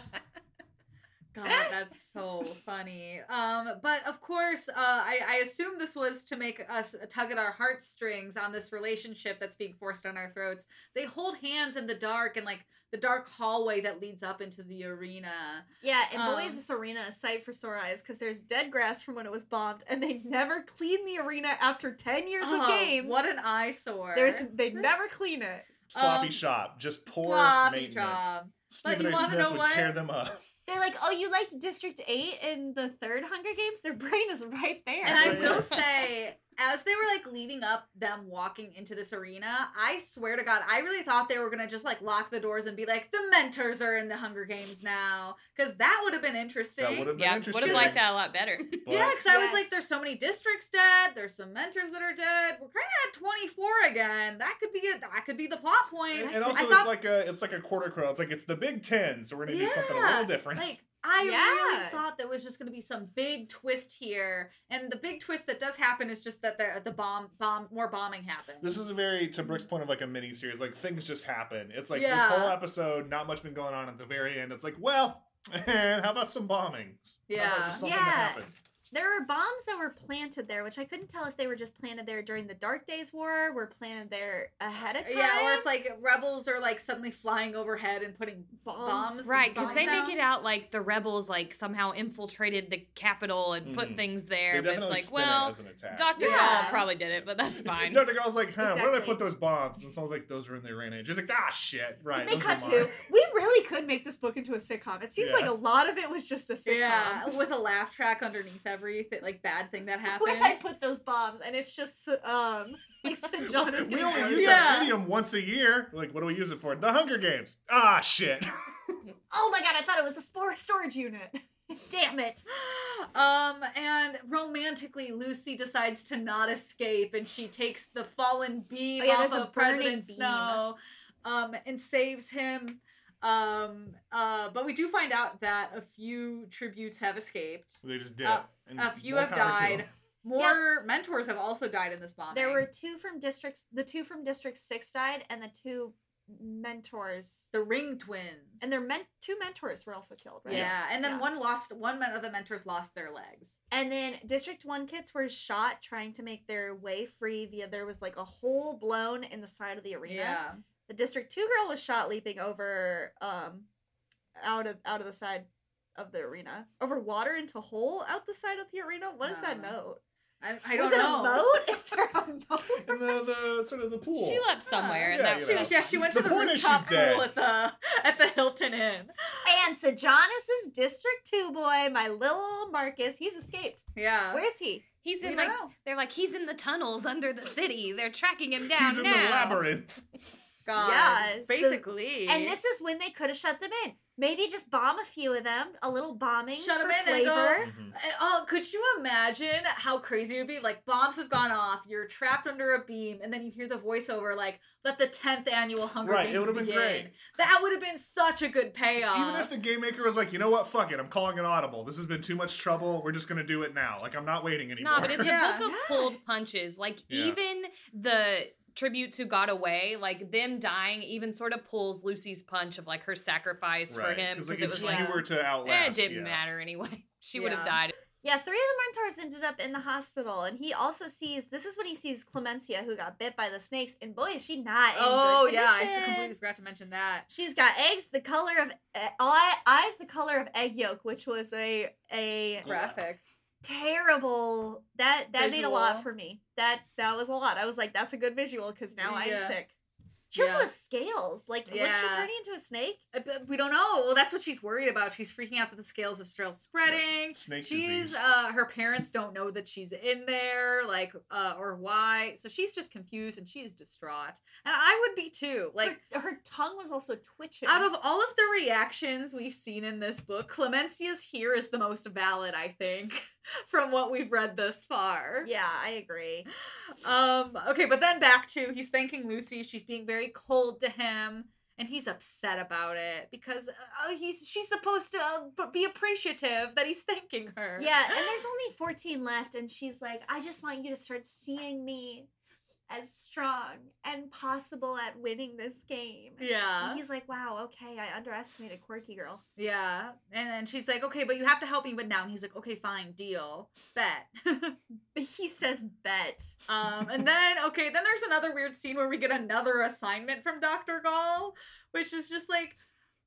God, that's so funny. Um, but of course, uh, I, I assume this was to make us tug at our heartstrings on this relationship that's being forced on our throats. They hold hands in the dark and like the dark hallway that leads up into the arena.
Yeah, and boy
Um,
is this arena a sight for sore eyes because there's dead grass from when it was bombed, and they never clean the arena after ten years
Oh,
of games.
What an eyesore.
There's they never clean it.
Sloppy
Um,
shop. Just poor
sloppy
maintenance.
job.
Stephen
you
A.
wanna
Smith
know
would
what?
tear them up.
They're like, oh, you liked District Eight in the third Hunger Games. Their brain is right there.
And I
Right.
will say, as they were like leading up them walking into this arena, I swear to God, I really thought they were gonna just like lock the doors and be like, the mentors are in the Hunger Games now. Cause that would have been interesting.
That would have been
yeah, would
interesting.
have liked that a lot better.
but-
yeah, because I was like,
Yes.
there's so many districts dead. There's some mentors that are dead. We're kind of at 24 again. That could be it. That could be the plot point.
And, and also,
I thought,
it's like a it's like a quarter crow. It's like it's the Big Ten, so we're gonna do something a
Yeah,
little different.
Like I really
Yeah.
thought there was just going to be some big twist here, and the big twist that does happen is just that the the bomb bomb more bombing happens.
This is a very to Brooke's point of like a mini series. Like things just happen. It's like this
Yeah.
whole episode, not much been going on at the very end. It's like, well, how about some bombings? How
Yeah.
about just something
Yeah.
that happened?
there are bombs that were planted there, which I couldn't tell if they were just planted there during the Dark Days War, were planted there ahead of time.
yeah, or if like rebels are like suddenly flying overhead and putting bombs, and
right, because they
songs
make it
out.
out like the rebels like somehow infiltrated the capital and
Mhm.
put things
They
there. But it's
definitely
like,
spin it
well,
as an attack.
Doctor
Yeah.
Gall probably did it, but that's fine.
Dr. Gall's like, huh, where did I
Exactly.
put those bombs? And someone's like, those were in the arena. Just like, ah, shit. Right.
they
those
cut
were
to.
mine.
We really could make this book into a sitcom. It seems
Yeah.
like a lot of it was just a sitcom.
Yeah, with a laugh track underneath every th- like bad thing that
Where I
happens.
put those bombs, and it's just um like St. John is
We
gonna
only
go-
use
Yeah.
that stadium once a year. Like, what do we use it for? The Hunger Games. Ah, shit.
Oh my god, I thought it was a spore storage unit. Damn it.
Um, and romantically, Lucy decides to not escape, and she takes the fallen beam
Oh, yeah,
off
there's a
of
burning
President
beam.
Snow, um, and saves him. Um, uh, but we do find out that a few tributes have escaped.
They just did.
Uh,
And
a few
more
have
power to
died.
them.
More mentors have also died in this bombing.
There were two from districts. The two from District Six died, and the two mentors
the Ring twins,
and their men- two mentors were also killed. Right?
yeah. and then
Yeah.
one lost. One men- of the mentors lost their legs.
And then District One kids were shot trying to make their way free via there was like a hole blown in the side of the arena.
Yeah,
The District Two girl was shot leaping over um out of out of the side of the arena. Over water into hole out the side of the arena. What is
I
that
don't know.
note?
I, Uh, I don't
is it
know.
a moat? Is there a moat?
And the, the sort of the pool.
She leapt somewhere,
Yeah,
and that
you
was
She, yeah, she went
The
to the
point is she's
rooftop pool
dead.
at the at the Hilton Inn.
And Sejanus's District Two boy, my little Marcus, he's escaped.
Yeah,
Where is he?
he's
we
in
don't
like
know.
they're like he's in the tunnels under the city. They're tracking him down
He's in
now.
the labyrinth.
God,
Yeah, so-
basically.
And this is when they could have shut them in. Maybe just bomb a few of them. A little bombing
Shut 'em
for
in and
flavor.
go,
Mm-hmm.
I- Oh, could you imagine how crazy it would be? Like bombs have gone off, you're trapped under a beam, and then you hear the voiceover like, "Let the tenth annual Hunger
Right, it
Games
would've been
begin."
great.
That would have been such a good payoff.
Even if the game maker was like, you know what, fuck it, I'm calling an audible. This has been too much trouble. We're just gonna do it now. Like I'm not waiting anymore.
No, but it's
Yeah.
a book of pulled punches. Like
Yeah.
even the tributes who got away, like them dying, even sort of pulls Lucy's punch of like her sacrifice for him
because
because
like,
it
it's
was
like-
fewer to
like
outlast.
eh, it didn't
yeah.
matter anyway. She would have
Yeah.
died.
Yeah, three of the mentors ended up in the hospital, and he also sees this is when he sees Clemencia, who got bit by the snakes, and boy, is she not in
oh
good
yeah, I s-
condition.
completely forgot to mention that.
She's got eggs the color of eh, eye, eyes the color of egg yolk, which was a a
Graphic.
terrible that that made a lot
Visual.
for me. That that was a lot. I was like, that's a good visual because now
Yeah.
I'm sick. She also
Yeah.
has scales. Like, was she
Yeah.
turning into a snake?
Uh, but We don't know. Well, that's what she's worried about. She's freaking out that the scales of still spreading.
Snake
She's
disease.
uh her parents don't know that she's in there, like uh or why. So she's just confused and she is distraught. And I would be too. Like
her, her tongue was also twitching.
out of all of the reactions we've seen in this book, Clemencia's here is the most valid, I think, from what we've read thus far.
yeah, I agree.
Um, okay, but then back to he's thanking Lucy. She's being very cold to him, and he's upset about it because uh, he's she's supposed to uh, b- be appreciative that he's thanking her.
Yeah, and there's only 14 left, and she's like, I just want you to start seeing me as strong and possible at winning this game. And
Yeah,
he's like, wow, okay, I underestimated Quirky Girl.
yeah, and then she's like, "Okay, but you have to help me." But now, and he's like, "Okay, fine, deal, bet."
But he says, bet.
Um, and then okay, then there's another weird scene where we get another assignment from Dr. Gall, which is just like,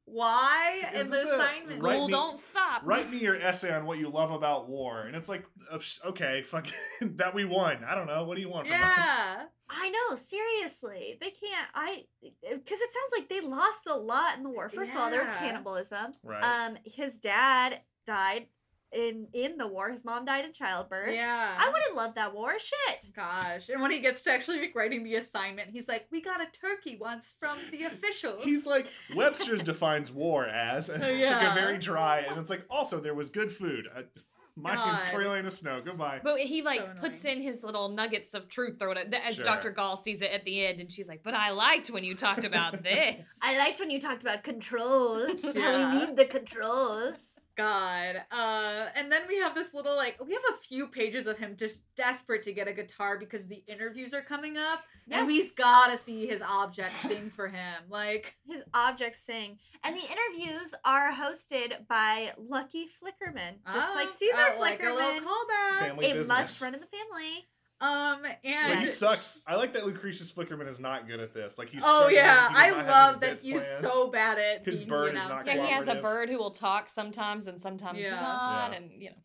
why in
Isn't
the
that
assignment?
Write
School
me-
don't stop.
Write me your essay on what you love about war, and it's like, uh, sh- okay, fuck that we won. I don't know. What do you want from us?
Yeah,
I know, seriously. They can't, I, because it sounds like they lost a lot in the war. First of all, there was
Yeah.
cannibalism.
Right.
Um, His dad died in in the war, his mom died in childbirth.
yeah.
I wouldn't love that war. Shit.
Gosh, and when he gets to actually like, writing the assignment, he's like, "We got a turkey once from the officials."
He's like Webster's defines war as, and it's like
Yeah.
a very dry, and it's like also there was good food. I, my name's
God.
Coriolanus Snow. Goodbye.
But he
So
like puts
annoying.
in his little nuggets of truth or whatever, as
Sure.
Dr. Gall sees it at the end, and she's like, "But I liked when you talked about this."
I liked when you talked about control.
Yeah.
How we need the control.
God. Uh, and then we have this little like we have a few pages of him just desperate to get a guitar because the interviews are coming up, and we've got to see his object sing for him. Like,
his objects sing. And the interviews are hosted by Lucky Flickerman. Just
oh,
like Caesar
oh, like a
Flickerman.
little callback.
Family
it
business.
must run in the family.
Um, and
Well, you sucks. I like that Lucretius Flickerman is not good at this. Like he's.
Oh
struggling,
yeah,
he does
I
not have
love
his
that
bits
he's
planned.
so bad at
His
being
bird
the
is not
announcer.
yeah, he has a
cooperative.
bird who will talk sometimes and sometimes
Yeah.
not,
Yeah.
and you know,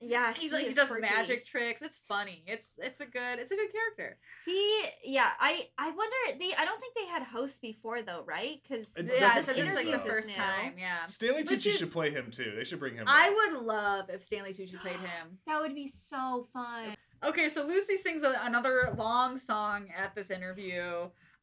Yeah,
He's like he
is
does
quirky.
magic tricks. It's funny. It's it's a good it's a good character.
He, yeah, I, I wonder. They, I don't think they had hosts before though, right? Because
It
Yeah,
doesn't
it says
seem
it's like the
so.
first time. Yeah,
Stanley
Which
Tucci
is-
should play him too. They should bring him. back.
I would love if Stanley Tucci played him.
That would be so fun.
Okay, so Lucy sings a, another long song at this interview.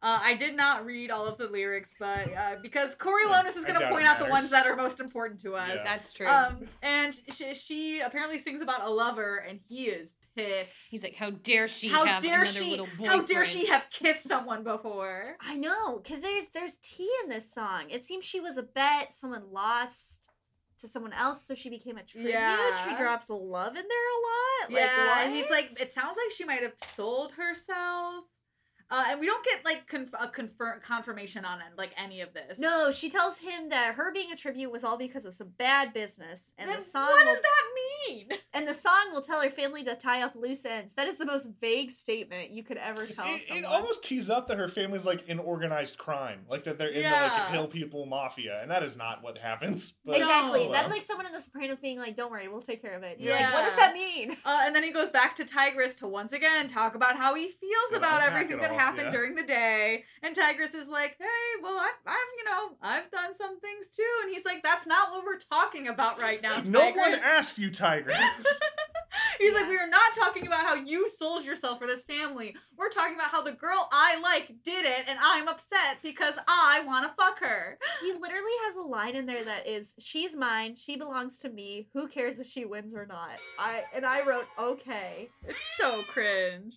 Uh, I did not read all of the lyrics, but uh, because Coriolanus is
I
going to
doubt it
point out the
matters.
ones that are most important to us.
Yeah.
That's true.
Um, and she, she apparently sings about a lover, and he is pissed.
He's like, how dare she
How
have
dare
another
she?
little boyfriend?
How dare she have kissed someone before?
I know, cause there's there's tea in this song. It seems she was a bet someone lost to someone else, so she became a tribute. She
Yeah.
drops love in there a lot.
yeah,
like,
and he's like,
what?
it sounds like she might have sold herself. Uh, and we don't get like conf- a confirm confirmation on like any of this.
No, she tells him that her being a tribute was all because of some bad business, and
Then
the song
what
will,
does that mean?
and the song will tell her family to tie up loose ends. That is the most vague statement you could ever tell
It,
someone.
it almost tees up that her family's like in organized crime, like that they're in the
Yeah.
like hill people mafia, and that is not what happens. But
exactly.
oh,
That's
well.
like someone in The Sopranos being like, "Don't worry, we'll take care of it." You're like,
Yeah.
"What does that mean?"
Uh, and then he goes back to Tigress to once again talk about how he feels
Yeah,
about
knock it
everything that
off,
happened
yeah.
during the day. And Tigress is like, "Hey, well, I've, I've, you know, I've done some things too." And he's like, "That's not what we're talking about right now, Tigress."
no one asked you, Tiger.
He's like, "We are not talking about how you sold yourself for this family. We're talking about how the girl I like did it, and I'm upset because I want to fuck her."
He literally has a line in there that is, "She's mine. She belongs to me. Who cares if she wins or not?" I and I wrote, "Okay."
It's so cringe.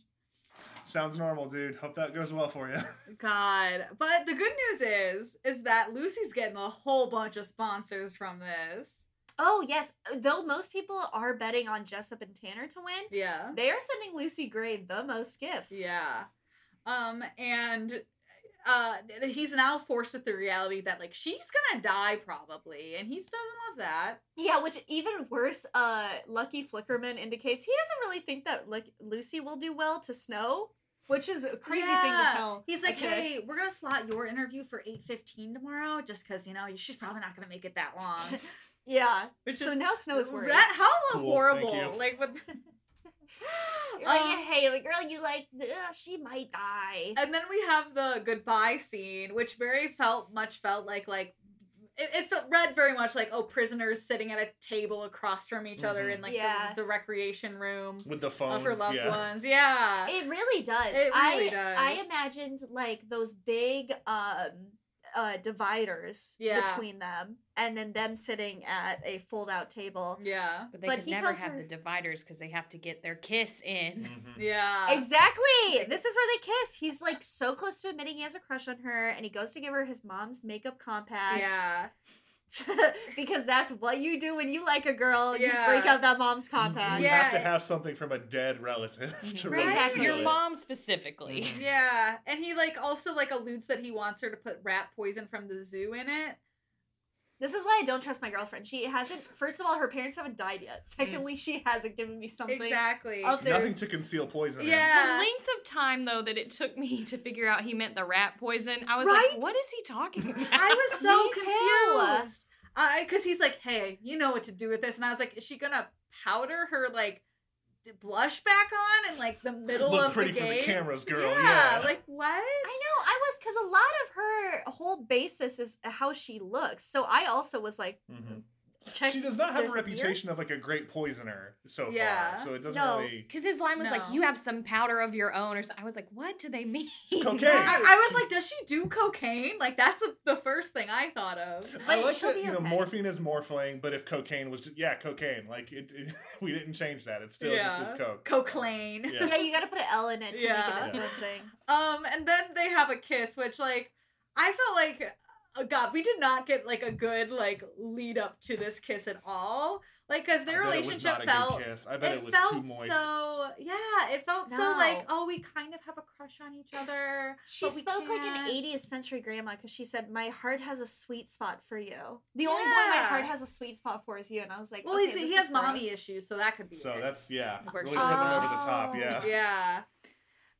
Sounds normal, dude. Hope that goes well for you.
God. But the good news is, is that Lucy's getting a whole bunch of sponsors from this.
Oh yes, though most people are betting on Jessup and Tanner to win.
Yeah.
They are sending Lucy Gray the most gifts.
Yeah. Um, and uh he's now forced with the reality that like she's gonna die probably, and he doesn't love that.
Yeah, which even worse, uh, Lucky Flickerman indicates he doesn't really think that like Lucy will do well to Snow, which is a crazy thing
Yeah.
to tell.
He's
a
like,
kid.
hey, we're gonna slot your interview for 8.15 tomorrow, just cause you know, she's probably not gonna make it that long.
yeah.
Which
So now Snow is worried.
that how
Cool, thank
horrible.
you.
Like with
You're like,
Um,
Oh, hey, the girl, you like, ugh, she might die.
and then we have the goodbye scene, which very felt much felt like like it, it felt read very much like oh prisoners sitting at a table across from each other
Mhm.
in like
Yeah.
the, the recreation room
With the
uh,
phones,
for loved
yeah.
ones. Yeah,
It really does.
It really
I, I
does.
imagined like those big um uh dividers
Yeah.
between them, and then them sitting at a fold out table.
yeah,
But they
But
could
he
never
tells
have
her-
the dividers because they have to get their kiss in.
Mhm.
yeah.
Exactly. This is where they kiss. He's like so close to admitting he has a crush on her, and he goes to give her his mom's makeup compact.
Yeah,
because that's what you do when you like a girl.
Yeah.
You break out that mom's compact.
You
Yeah.
have to have something from a dead relative to
Right.
really
Exactly.
seal
Your
it.
mom specifically.
Mhm.
yeah, and he like also like alludes that he wants her to put rat poison from the zoo in it.
This is why I don't trust my girlfriend. She hasn't. First of all, her parents haven't died yet.
Mm.
Secondly, she hasn't given me something.
Exactly.
Of the-
Nothing
There's-
to conceal poison. in.
yeah,
The length of time though that it took me to figure out he meant the rat poison, I was
Right?
like, what is he talking about?
I was so
Me too.
confused. I because he's like, hey, you know what to do with this, and I was like, is she gonna powder her like d- blush back on in like the middle
Look
of
pretty
the
for the
game?
cameras, girl, yeah.
like what?
I know. I was because a lot of her whole basis is how she looks. So I also was like,
Mhm.
check.
She does not have
there's
a
beer?
reputation of like a great poisoner so
Yeah.
far, so it doesn't
No.
really.
Because his line was
No.
like, "You have some powder of your own," or so. I was like, "What do they mean?"
Cocaine.
I, I was like, does she do cocaine? Like that's a, the first thing I thought of.
But
I like
she'll
that
be
you know
okay.
morphine is morphling, but if cocaine was just, yeah cocaine, like it, it- we didn't change that. It's still just
Yeah.
as coke.
Cocaine.
Yeah.
yeah, you got to put an L in it to
Yeah.
make it
Yeah.
its own thing.
Um, and then they have a kiss, which like I felt like oh God, we did not get like a good like lead up to this kiss at all. Like, cause their
I bet
relationship
it was not
felt
A good kiss. I bet it, was
felt
too moist.
so yeah, it felt so like
No.
oh we kind of have a crush on each other.
She
but we
spoke like an
can't.
80th century grandma because she said, "My heart has a sweet spot for you. The only boy my
Yeah.
heart has a sweet spot for is you." And I was like,
Well,
okay,
he's,
this
he
is
has mommy
gross.
issues, so that could be.
So
it.
that's yeah,
It
really
works
putting them over the
out.
top. Yeah.
yeah,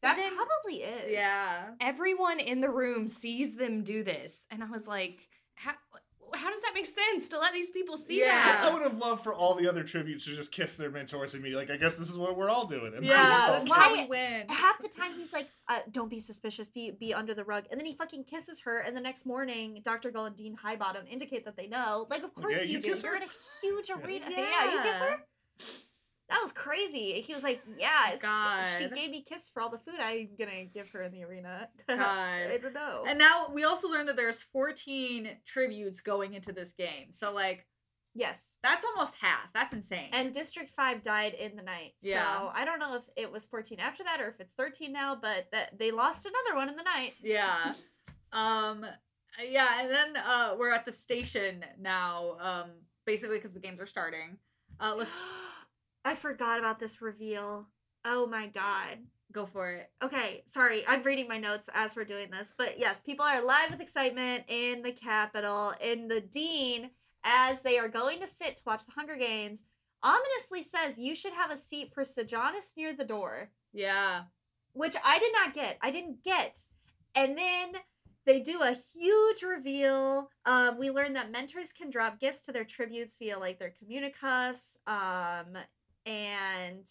That
But it-
probably is.
yeah.
Everyone in the room sees them do this, and I was like, "How, how does that make sense to let these people see
Yeah.
that?"
I would have loved for all the other tributes to just kiss their mentors and be like, I guess this is what we're all doing. And
Yeah,
they just all
that's
know.
kiss.
how
Why-
we win.
Half the time he's like, uh, "Don't be suspicious. Be be under the rug." And then he fucking kisses her. And the next morning, Dr. Gull and Dean Highbottom indicate that they know. Like, of course
Yeah,
you,
you
do.
kiss
You're
her.
in a huge arena. Yeah, you kiss
Yeah.
her. That was crazy. He was like, yeah, it's- she
Oh God.
gave me kiss for all the food I'm gonna give her in the arena.
God.
I don't know.
And now we also learned that there's 14 tributes going into this game. So like
yes.
that's almost half. That's insane.
And District Five died in the night.
Yeah.
So I don't know if it was 14 after that or if it's 13 now, but that they lost another one in the night.
yeah. Um yeah, and then uh we're at the station now um basically cuz the games are starting. Uh let's
I forgot about this reveal. Oh my god.
go for it.
Okay, sorry, I'm reading my notes as we're doing this. But yes, people are alive with excitement in the Capitol, in the Dean, as they are going to sit to watch the Hunger Games, ominously says you should have a seat for Sejanus near the door,
Yeah.
which I did not get. I didn't get. And then they do a huge reveal. Um, we learn that mentors can drop gifts to their tributes via like their communicuffs. Um, and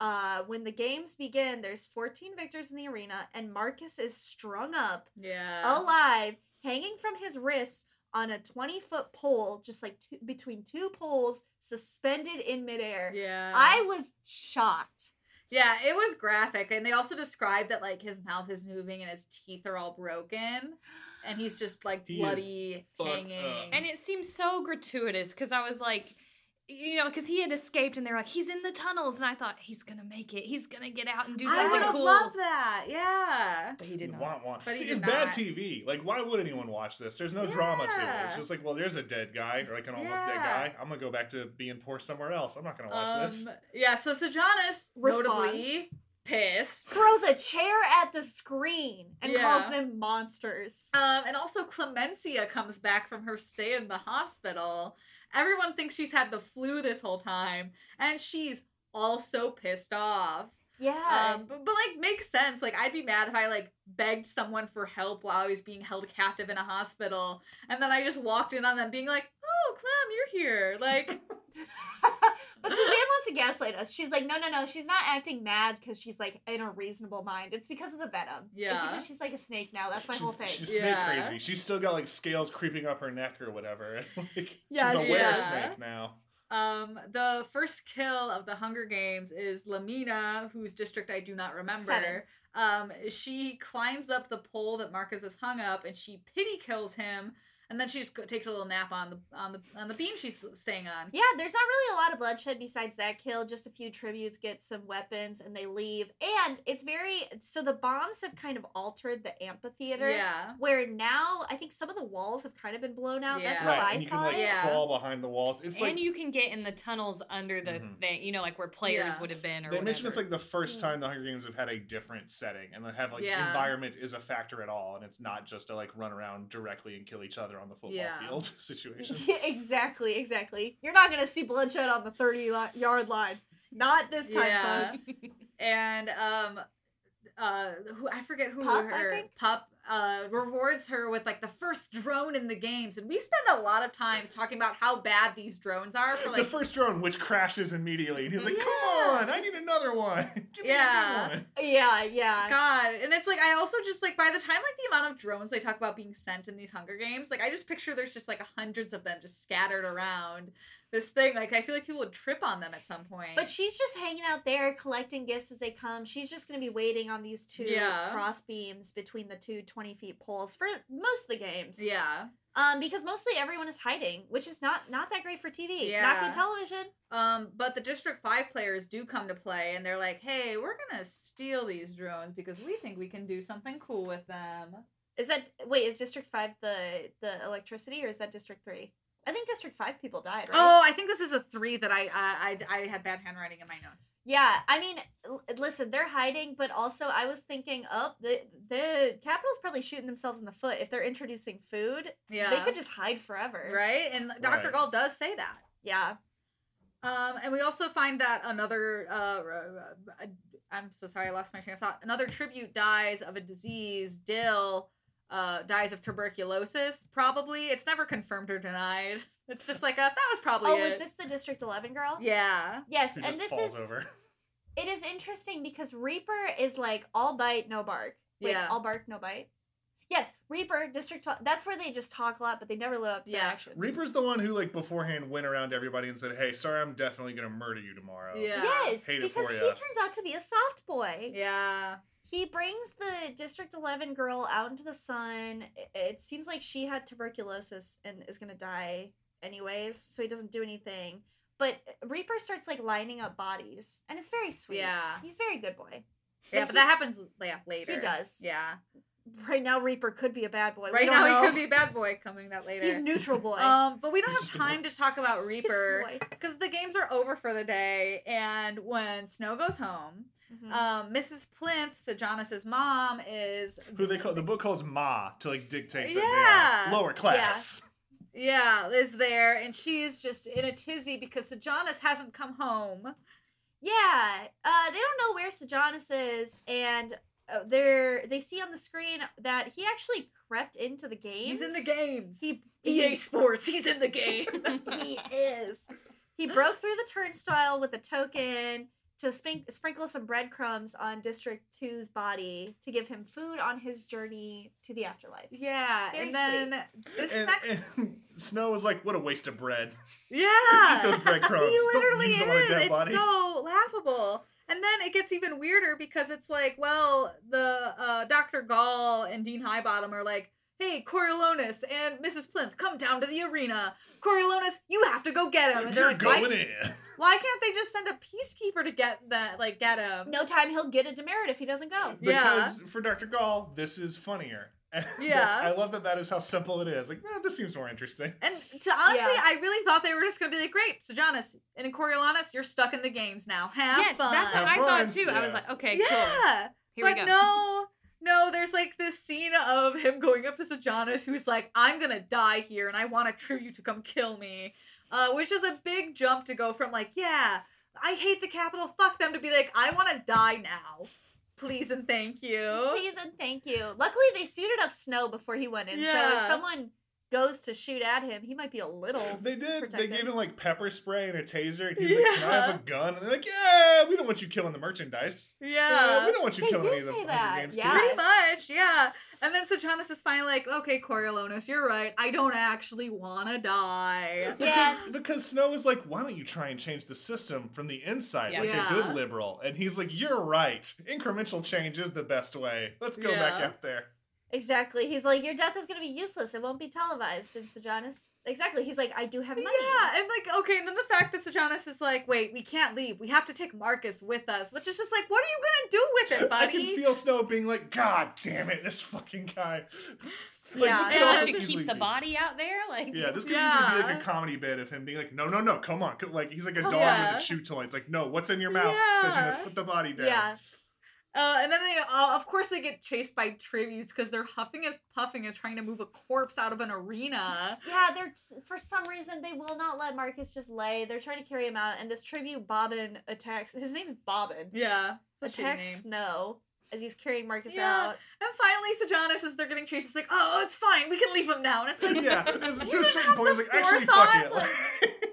uh, when the games begin, there's 14 victors in the arena, and Marcus is strung up,
Yeah.
Oh,
alive, hanging from his wrists on a 20 foot pole, just like two, between two poles, suspended in midair.
Yeah.
I was shocked.
Yeah, it was graphic. And they also described that like his mouth is moving and his teeth are all broken. And he's just like
He is
bloody
fucked up.
hanging.
And it seems so gratuitous because I was like, you know, because he had escaped and they're like, he's in the tunnels. And I thought, he's going to make it. He's going to get out and do
I
something
would have
cool.
loved that. Yeah.
but he did not.
Want, want.
But he
See, it's
did
bad
not.
TV. Like, why would anyone watch this? There's no drama to it.
Yeah.
It's just like, well, there's a dead guy or like an almost dead
Yeah.
guy. I'm gonna go back to being poor somewhere else. I'm not gonna watch
Um,
this.
yeah, so Sejanus notably
Response.
pissed.
Throws a chair at the screen and
Yeah.
calls them monsters.
Um, and also Clemencia comes back from her stay in the hospital. Everyone thinks she's had the flu this whole time, and she's also pissed off.
Yeah.
Um, but, but like makes sense. Like I'd be mad if I like begged someone for help while I was being held captive in a hospital, and then I just walked in on them being like, "Oh, Clem, you're here!" Like,
but Suzanne wants to gaslight us. She's like, no, no, no. She's not acting mad because she's like in a reasonable mind. It's because of the venom. It's
Yeah.
because she's like a snake now. That's my
she's,
whole thing.
she's
Yeah.
snake crazy. She's still got like scales creeping up her neck or whatever. like,
Yeah,
she's a
she
were
is.
snake now.
um, the first kill of the Hunger Games is Lamina, whose district I do not remember.
Seven.
Um, she climbs up the pole that Marcus has hung up, and she pity kills him, and then she just go- takes a little nap on the on the on the beam she's staying on.
Yeah, there's not really a lot of bloodshed besides that kill. Just a few tributes get some weapons and they leave. And it's very so the bombs have kind of altered the amphitheater.
Yeah.
Where now I think some of the walls have kind of been blown out. That's
Yeah.
how
Right,
Oh, I
and you can
saw
like
it.
Yeah.
crawl behind the walls. It's like
and you can get in the tunnels under the
Mhm.
thing, you know, like where players
Yeah.
would have been or
They mentioned it's
whatever.
like the first
Mm.
time the Hunger Games have had a different setting and they have like
Yeah.
environment is a factor at all, and it's not just to like run around directly and kill each other on the football
Yeah.
field situation.
Yeah, exactly, exactly. You're not gonna see bloodshed on the 30 li- yard line. Not this time,
Yeah.
folks.
and um uh who I forget who
Pup, I
her
think?
pup uh rewards her with like the first drone in the games and we spend a lot of times talking about how bad these drones are for
the
like
first drone, which crashes immediately, and he's like,
Yeah.
"Come on, I need another one. Give me
Yeah.
a good one."
Yeah, yeah.
god and it's like I also just like by the time like the amount of drones they talk about being sent in these hunger games like I just picture there's just like hundreds of them just scattered around this thing like I feel like people would trip on them at some point
But she's just hanging out there collecting gifts as they come. She's just going to be waiting on these two
Yeah.
cross beams between the two 20 feet poles for most of the games.
yeah
Um, because mostly everyone is hiding, which is not not that great for TV. Not
Yeah.
good television.
Um, but the District 5 players do come to play and they're like, hey, we're gonna steal these drones because we think we can do something cool with them.
Is that wait, is District 5 the the electricity or is that District 3? I think District 5 people died, right?
Oh, I think this is a three that I uh, I, I, I had bad handwriting in my notes.
Yeah, I mean, l- listen, they're hiding, but also I was thinking, oh, the the Capitol's probably shooting themselves in the foot if they're introducing food.
Yeah.
They could just hide forever.
right? And Dr.
Right.
Gall does say that.
Yeah.
Um, and we also find that another uh, r- r- I'm so sorry, I lost my train of thought. Another tribute dies of a disease. Dill uh, dies of tuberculosis. Probably, it's never confirmed or denied. It's just like a that was probably.
Oh,
it.
was this the District Eleven girl?
Yeah.
Yes,
He
and
just
this
falls
is
over.
it is interesting because Reaper is like all bite, no bark. Wait,
Yeah.
all bark, no bite. Yes, Reaper District. 12, that's where they just talk a lot, but they never live up to
Yeah.
their actions.
Reaper's the one who like beforehand went around to everybody and said, "Hey, sorry, I'm definitely gonna murder you tomorrow."
Yeah.
Yes,
Hate it
because
for
he
ya.
turns out to be a soft boy.
Yeah.
He brings the District 11 girl out into the sun. I- It seems like she had tuberculosis and is going to die anyways, so he doesn't do anything. But uh, Reaper starts like lining up bodies, and it's very sweet.
Yeah.
He's a very good boy.
Yeah, but that happens yeah, later.
He does.
Yeah.
Right now, Reaper could be a bad boy. We
right
don't
now
know.
he could be a bad boy coming that later.
He's neutral boy.
um, but we don't
He's
have
just a
time to talk about
He's just a
Reaper
boy.
because the games are over for the day. And when Snow goes home,
Mhm.
um, Mrs. Plinth, so Jonas's mom, is
Who they call the book calls Ma to like dictate that
Yeah.
they are lower class.
yeah is there, and she's just in a tizzy because Sejanus hasn't come home.
Yeah, uh, they don't know where Sejanus is, and uh, they're they see on the screen that he actually crept into the game.
He's in the games.
He
EA Sports. He's in the game.
he is. He broke through the turnstile with a token to spink- sprinkle some breadcrumbs on District 2's body to give him food on his journey to the afterlife.
yeah,
Very
and then this
And,
next,
and Snow was like, "What a waste of bread." Eat
yeah,
those breadcrumbs.
He
Don't
literally
use them on a
is.
dead
It's
body.
so laughable. And then it gets even weirder because it's like, well, the uh, Dr. Gall and Dean Highbottom are like, hey, Coriolanus and Mrs. Plinth, come down to the arena. Coriolanus, you have to go get him. And they're
You're
like,
going
why,
in.
why can't they just send a peacekeeper to get that, like, get him?
No time he'll get a demerit if he doesn't go.
Yeah.
Because for Dr. Gall, this is funnier. And that's-
Yeah.
I love that that is how simple it is. Like, eh, this seems more interesting.
And to honestly,
Yeah.
I really thought they were just gonna be like, great, Sejanus and Coriolanus, you're stuck in the games now. Have
yes,
fun.
that's
Have
what I
fun.
thought too. I was
Yeah.
like, okay, cool.
yeah.
Here
but
we go.
no, no, there's like this scene of him going up to Sejanus, who's like, I'm gonna die here and I want a tribute to come kill me. Uh, which is a big jump to go from like, yeah, I hate the capital, fuck them, to be like, I wanna die now. Please and thank you.
Please and thank you. Luckily, they suited up Snow before he went in, so if
Yeah.
someone goes to shoot at him, he might be a little.
They did.
Protected.
They gave him like pepper spray and a taser. And he's like, Can I
Yeah.
have a gun? And they're like, Yeah, we don't want you killing the merchandise. Uh,
Yeah.
we don't want you
They
killing
do
any of the
say
Hunger
that,
Games
yeah.
kids.
Pretty much, yeah. And then Sejanus is finally like, okay, Coriolanus, you're right. I don't actually wanna die.
Yes.
Because Snow was like, why don't you try and change the system from the inside like
Yeah.
a good liberal? And he's like, you're right. Incremental change is the best way. Let's go back
Yeah.
out there.
Exactly. He's like, your death is gonna be useless. It won't be televised. And Sejanus, exactly. He's like, I do have money.
Yeah, and like okay, and then the fact that Sejanus is like, wait, we can't leave. We have to take Marcus with us, which is just like, what are you gonna do with it,
I can
buddy?
feel Snow being like, God damn it, this fucking guy.
Yeah.
this
Just
could
gonna
also
let you
easily
keep the
be-
body out there, like
Yeah, this could easily be
Yeah.
like a comedy bit of him being like, no, no, no, come on. Like, he's like a
Oh,
dog
yeah.
with a chew toy. It's like, no, what's in your mouth?
Yeah.
Sejanus, put the body down.
Yeah.
Uh, and then they, uh, of course, they get chased by tributes because they're huffing and puffing as trying to move a corpse out of an arena.
Yeah, they're for some reason they will not let Marcus just lay. They're trying to carry him out, and this tribute Bobbin attacks. His name's Bobbin.
Yeah, it's a shitty
attacks
name.
Snow as he's carrying Marcus
Yeah.
out.
And finally, Sejanus, as they're getting chased, is like, oh, it's fine. We can leave him now. And it's like,
Yeah, it's- to a
didn't
certain
have
point, he's
the
like, actually, fuck
forethought,
it. Like,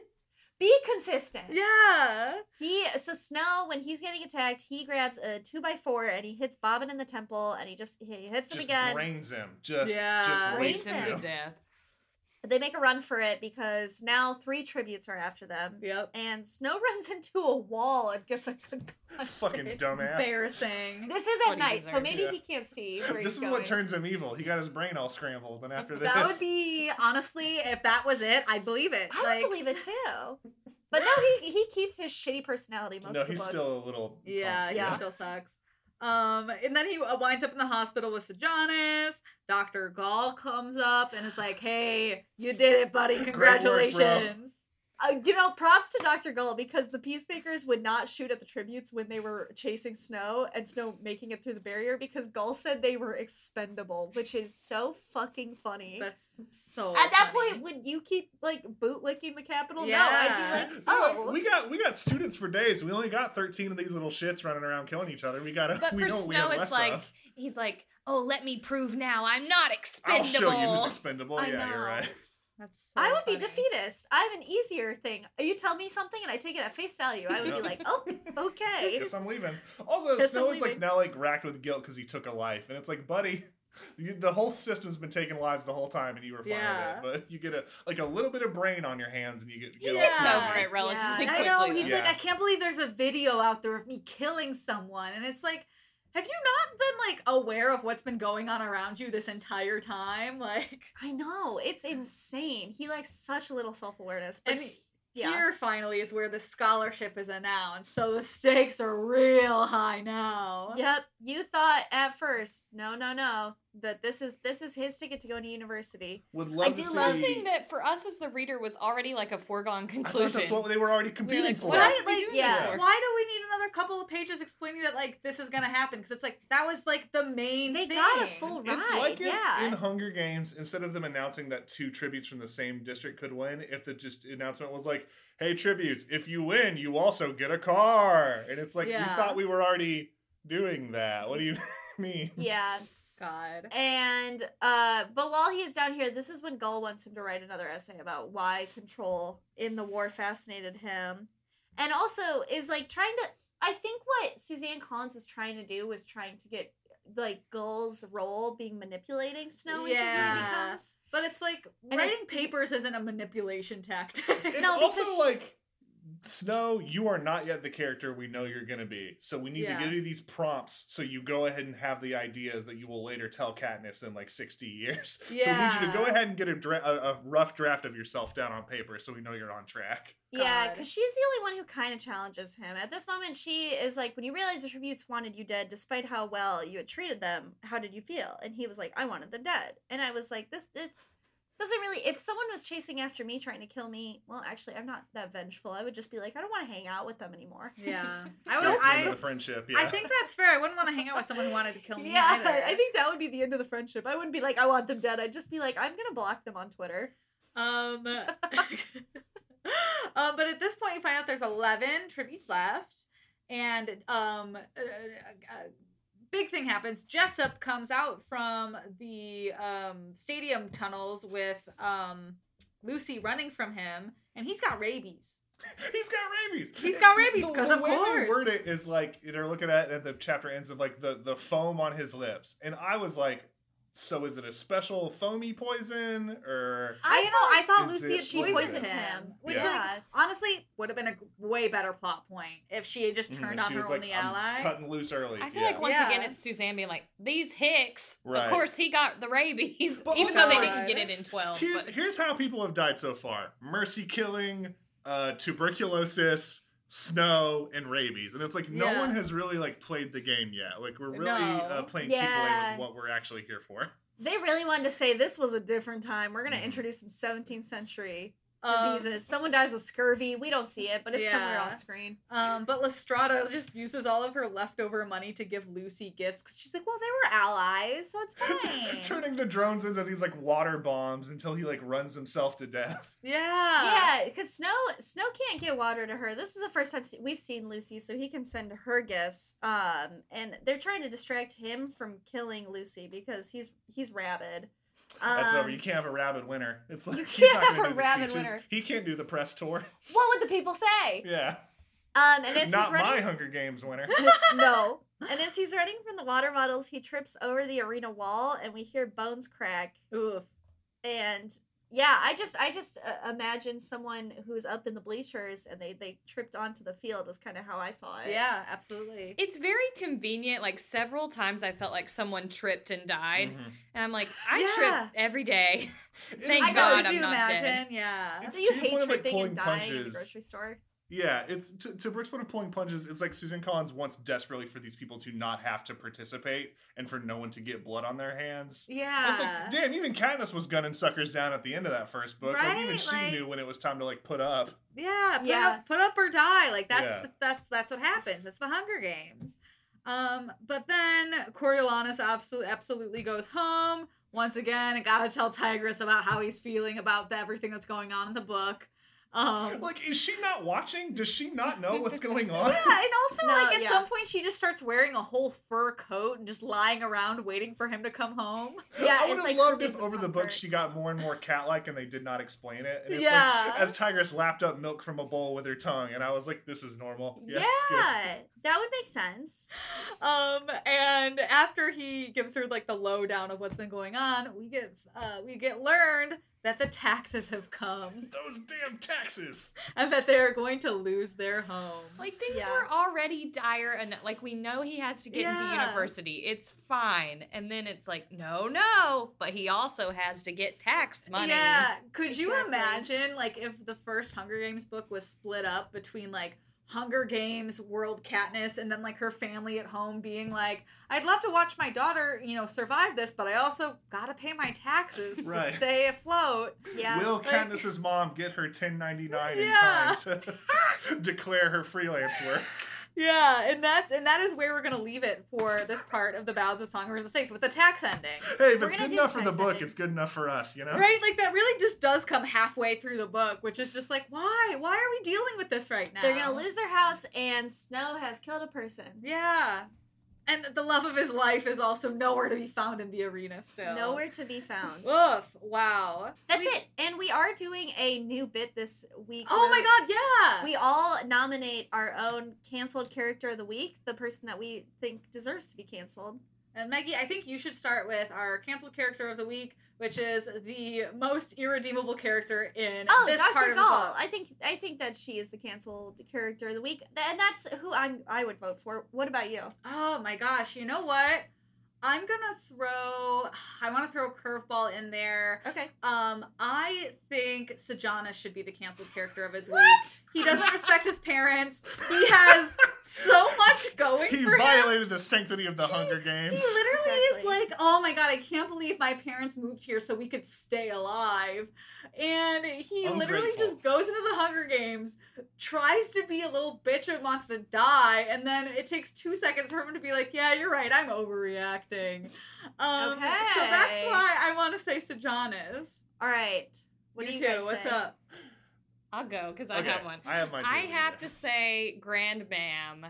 Be consistent.
yeah.
He so Snow when he's getting attacked, he grabs a two by four and he hits Bobbin in the temple, and he just he hits him
just
again.
brains him. Just,
Yeah.
just
race
wastes
Brains
him
him.
to
him.
death.
They make a run for it because now three tributes are after them.
Yep.
and Snow runs into a wall and gets a
Fucking dumbass.
Embarrassing.
This is
That's
at
what he
night, so
deserves.
maybe
Yeah.
he can't see where
This
he's
is
going.
what turns him evil. He got his brain all scrambled, and after this,
That would be honestly, if that was it, I believe it.
I
like,
would believe it too. But no, he he keeps his shitty personality most
no,
of the
he's
book.
still a little.
Yeah,
punk.
he
Yeah.
still sucks. Um, and then he uh, winds up in the hospital with Sejanus. Dr. Gall comes up and is like, hey, you did it, buddy.
Great work, bro."
Congratulations.
Uh, you know, props to Dr. Gull because the peacemakers would not shoot at the tributes when they were chasing Snow and Snow making it through the barrier because Gull said they were expendable, which is so fucking funny.
That's so
at that
funny.
point, would you keep like bootlicking the Capitol?
Yeah.
No, I'd be
They're
like, oh,
like, we got we got students for days. We only got thirteen of these little shits running around killing each other. We gotta.
But
we
for
know what we have
Snow,
less
it's like
of.
he's like, oh, let me prove now I'm not
I'll
expendable.
show you who's expendable.
I
yeah,
know.
you're right.
That's so
I would be
funny.
defeatist. I have an easier thing. You tell me something and I take it at face value. I would be
Yeah.
like, oh, okay.
Guess I'm leaving. Also,
Guess I'm
Snow is like
leaving.
now like racked with guilt because he took a life, and it's like, buddy, You, the whole system's been taking lives the whole time, and you were fine
Yeah.
with it. But you get a like a little bit of brain on your hands, and you get, get
He
all
gets
kinds of-
over it relatively
I
quickly.
know. He's
though.
like,
Yeah.
I can't believe there's a video out there of me killing someone. And it's like, have you not been like aware of what's been going on around you this entire time? Like,
I know. It's insane. He lacks such little self awareness. But
and
he- yeah.
here finally is where the scholarship is announced. So the stakes are real high now.
Yep, you thought at first, no, no, no, that this is this is his ticket to go to university.
Would love
I
to
do
see.
love
something that for us as the reader was already like a foregone
I thought
conclusion.
that's what they were already competing
like,
for.
what
Why,
else is he
like,
doing
this
yeah.
for?
Why do we need another couple of pages explaining that like this is gonna happen? Because it's like that was like the main.
They
thing.
got a full ride.
It's like if
yeah.
in Hunger Games, instead of them announcing that two tributes from the same district could win, if the just announcement was like, "Hey, tributes, if you win, you also get a car," and it's like
Yeah.
we thought we were already doing that. What do you mean?
yeah.
God.
And uh but while he is down here, this is when Gull wants him to write another essay about why control in the war fascinated him. And also is like trying to I think what Suzanne Collins was trying to do was trying to get like Gull's role being manipulating Snow into who he
Yeah.
becomes.
But it's like
And I
writing papers isn't a manipulation tactic.
It's
No,
also
because-
like Snow, you are not yet the character we know you're going to be. So we need
Yeah.
to give you these prompts so you go ahead and have the ideas that you will later tell Katniss in like 60 years. So we need you to
Yeah.
go ahead and get a, dra- a, a rough draft of yourself down on paper so we know you're on track.
Yeah,
God.
because she's the only one who kind of challenges him. At this moment, she is like, when you realize the tributes wanted you dead, despite how well you had treated them, how did you feel? And he was like, I wanted them dead. And I was like, this, it's doesn't really. If someone was chasing after me, trying to kill me, well, actually, I'm not that vengeful. I would just be like, I don't want to hang out with them anymore.
yeah. I would.
That's the end of
Oh, I,
the friendship. Yeah.
I think that's fair. I wouldn't want to hang out with someone who wanted to kill me.
yeah,
either.
I think that would be the end of the friendship. I wouldn't be like, I want them dead. I'd just be like, I'm gonna block them on Twitter.
Um, um, but at this point, you find out there's 11 tributes left, and um, a, big thing happens. Jessup comes out from the um, stadium tunnels with um, Lucy running from him, and he's got rabies.
He's got rabies.
He's got rabies,
The-
'cause
the
of
way
course.
they word it is like they're looking at it and the chapter ends of like the the foam on his lips, and I was like, so is it a special foamy poison or?
I, you know, I thought
Is
Lucy had
it
she poisoned
poisoned
him.
Which,
Yeah.
like, honestly, would have been a g- way better plot point if she had just
Mm,
turned
she
on her
was like,
only
"I'm
ally.
Cutting loose early.
I feel
yeah.
like once
Yeah.
again it's Suzanne being like, these hicks.
Right.
Of course he got the rabies,
But
even
also,
though they
like,
didn't get it in twelve.
Here's
but-
here's how people have died so far: mercy killing, uh, tuberculosis, snow, and rabies. And it's like no
Yeah.
one has really like played the game yet. Like we're really uh,
No.
playing keep
Yeah.
away with what we're actually here for.
They really wanted to say this was a different time. We're gonna
Mhm.
introduce some 17th century
Um,
diseases. Someone dies of scurvy. We don't see it, but it's somewhere
Yeah.
off screen.
Um, but Lestrada just uses all of her leftover money to give Lucy gifts because she's like, well, they were allies, so it's fine.
Turning the drones into these like water bombs until he like runs himself to death.
yeah.
yeah, because Snow Snow can't get water to her. This is the first time se- we've seen Lucy, so he can send her gifts. Um, and they're trying to distract him from killing Lucy because he's he's rabid. Um,
That's over. You can't have a rabid winner. It's like he's
can't
not
have
gonna
a
do the
rabid
speeches.
winner.
He can't do the press tour.
What would the people say?
Yeah,
Um, and as
not
he's running,
my Hunger Games winner.
no. And as he's running from the water bottles, he trips over the arena wall, and we hear bones crack.
Oof.
and yeah i just i just uh, imagine someone who's up in the bleachers and they they tripped onto the field was kind of how i saw it
Yeah, absolutely.
it's very convenient. Like several times I felt like someone tripped and died.
Mhm.
And I'm like, I
Yeah.
trip every day. Thank
I know,
It's-
God
could
I'm
you
not dead.
Yeah.
It's
do you
to the
hate
point of, like,
tripping
pulling
and dying in the
punches.
grocery store
Yeah, it's to, to Brooke's point of pulling punches. It's like Susan Collins wants desperately for these people to not have to participate and for no one to get blood on their hands.
Yeah.
It's like, damn, even Katniss was gunning suckers down at the end of that first book. Like, even
Right,
she
like-
knew when it was time to like put up.
Yeah, put
Yeah.
up put up or die. Like that's
Yeah.
that's that's what happens. It's the Hunger Games. Um, but then Coriolanus absolutely absolutely goes home. Once again, I gotta tell Tigress about how he's feeling about the, everything that's going on in the book. Um,
Like, is she not watching? Does she not know what's going on?
yeah, and also
No,
like at
yeah.
some point she just starts wearing a whole fur coat and just lying around waiting for him to come home.
Yeah,
I would
it's
have
like
loved
it's
if
a
over the
comfort.
book she got more and more cat-like, and they did not explain it. And it's
Yeah.
like, as Tigress lapped up milk from a bowl with her tongue, and I was like, "This is normal." Yeah,
Yeah,
it's good.
that would make sense.
Um, and after he gives her like the lowdown of what's been going on, we get uh, we get learned that the taxes have come
Those damn taxes.
and that they are going to lose their home.
Like things
Yeah.
were already dire, and like we know he has to get into
Yeah.
university. It's fine, and then it's like no, no, but he also has to get tax money.
Yeah. Could you
Exactly.
imagine like if the first Hunger Games book was split up between like Hunger Games World Katniss and then like her family at home being like, I'd love to watch my daughter, you know, survive this, but I also gotta pay my taxes
Right.
to stay afloat.
Yeah.
Will
like-
Katniss's mom get her 1099
Yeah.
in time to declare her freelance work?
Yeah, and that's and that is where we're gonna leave it for this part of the Boughs of Song of the Stakes with the tax ending.
Hey, if
We're
it's
gonna
good
do
enough for the
tax
book,
editing.
it's good enough for us, you know?
Right? Like that really just does come halfway through the book, which is just like, why? Why are we dealing with this right now?
They're gonna lose their house, and Snow has killed a person.
Yeah. And the love of his life is also nowhere to be found in the arena still.
Nowhere to be found.
Woof. Wow.
That's
We-
it. And we are doing a new bit this week.
Oh
where
my god, yeah.
We all nominate our own canceled character of the week, the person that we think deserves to be canceled.
and Maggie, I think you should start with our canceled character of the week, which is the most irredeemable character in
Oh,
this part
Dr.
of the
Gall.
book.
I think I think that she is the canceled character of the week, and that's who I'm. I would vote for. What about you?
Oh my gosh, you know what? I'm gonna throw I wanna throw a curveball in there.
Okay.
Um, I think Sajana should be the canceled character of his week.
What?
He doesn't respect his parents. He has so much going
He
for him.
violated the sanctity of the Hunger
He
Games.
literally is
Exactly.
like, oh my god, I can't believe my parents moved here so we could stay alive. And he literally
Ungrateful.
just goes into the Hunger Games, tries to be a little bitch and wants to die, and then it takes two seconds for him to be like, yeah, you're right, I'm overreacting. Um, So that's
Okay.
why I want to say Sejanus.
All right. What
you
do you
too,
guys
what's
say?
up?
I'll go because I
Okay,
have one.
I have my.
I
two.
have to say, Grand Ma'am.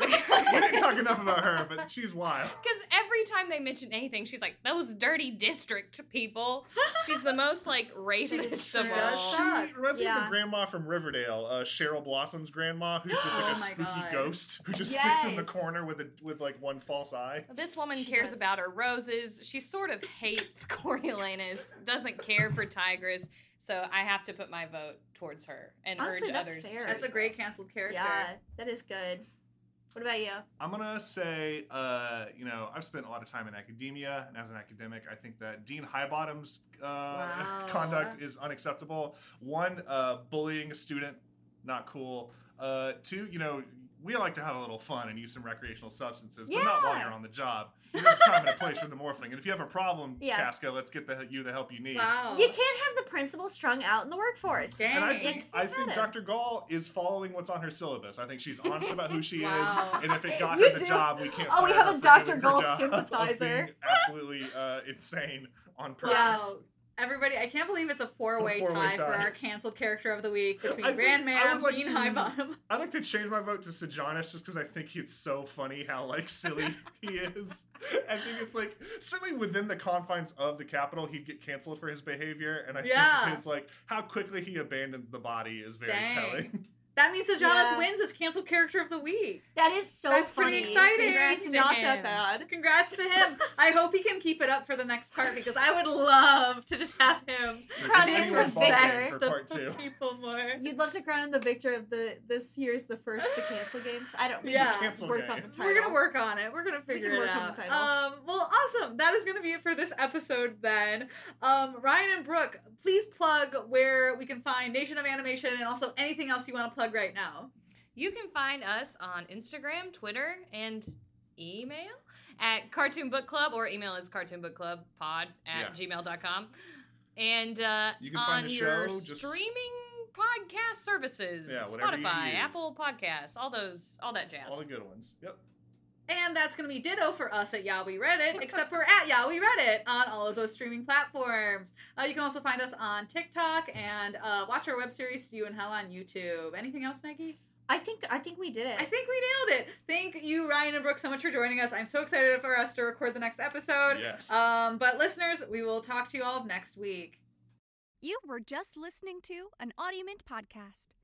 we didn't talk enough about her, but she's wild.
Because every time they mention anything, she's like, those dirty district people. She's the most like racist of
sure
all.
does
She
suck.
reminds me of
Yeah.
the grandma from Riverdale, uh, Cheryl Blossom's grandma, who's just like
Oh my
a spooky
God.
ghost who just sits in the
Yes.
corner with a with like one false eye.
This woman
She
cares
does.
about her roses. She sort of hates Coriolanus, doesn't care for Tigress. So I have to put my vote towards her and
Honestly,
urge
that's
others.
fair.
to
That's
as
a
Sure.
great canceled character.
Yeah, that is good. What about you?
I'm gonna say, uh, you know, I've spent a lot of time in academia, and as an academic, I think that Dean Highbottom's uh,
Wow.
conduct is unacceptable. One, uh, bullying a student, not cool. Uh, two, you know, we like to have a little fun and use some recreational substances, but not while
Yeah.
you're on the job. There's a time and a place for the morphing, and if you have a problem,
Yeah.
Casca, let's get the, you the help you need.
Wow.
You can't have the principal strung out in the workforce.
Oh. Dang.
And I
Dang.
think
Yeah,
I
you got
think
it.
Dr. Gall is following what's on her syllabus. I think she's honest about who she
Wow.
is, and if it got
You
her the
do.
job, we can't.
Oh, we
fire
have a
her for doing
Dr.
her
Gall
job of
sympathizer.
being absolutely uh, insane on purpose.
Wow. Everybody, I can't believe it's a four-way,
four-way
tie, for
tie.
our canceled character of the week between
I think I
Grandman,
would like
Dean
to-
Highbottom,
I'd like to change my vote to Sejanus just because I think it's so funny how like silly he is. I think it's like certainly within the confines of the Capitol, he'd get canceled for his behavior, and I
Yeah.
think it's like how quickly he abandons the body is very
Dang.
telling.
That means Sejanus
Yeah.
wins as canceled character of the week.
That is so
That's
funny.
pretty exciting.
It's
Congrats to
not
him.
that bad.
Congrats to him. I hope he can keep it up for the next part because I would love to just have him
Crown
Just
him
anyone
with
bought
victory.
it
disrespect
for part two.
the people more.
You'd love to crown him the victor of the this year's the first the cancel games. I don't. We
Yeah.
can
Cancel
work on the
game.
title.
We're gonna work on it. We're gonna
We can
figure it
work on the
out.
title.
Um, well, awesome. That is gonna be it for this episode then. Um, Ryan and Brooke, please plug where we can find Nation of Animation and also anything else you want to plug right now.
You can find us on Instagram, Twitter, and email at Cartoon Book Club, or email is cartoonbookclubpod at gmail.com. And uh,
You can
on
find the
your
show, just-
streaming podcast services,
Yeah, whatever you
Spotify,
use.
Apple Podcasts, all those, all that jazz.
All the good ones. Yep.
And that's going to be ditto for us at Yahweh Reddit, except we're at Yahweh Reddit on all of those streaming platforms. Uh, you can also find us on TikTok and uh, watch our web series, See You in Hell, on YouTube. Anything else, Maggie?
I think I think we did it.
I think we nailed it. Thank you, Ryan and Brooke, so much for joining us. I'm so excited for us to record the next episode.
Yes.
Uh,
Um, but listeners, we will talk to you all next week.
You were just listening to an Audiment podcast.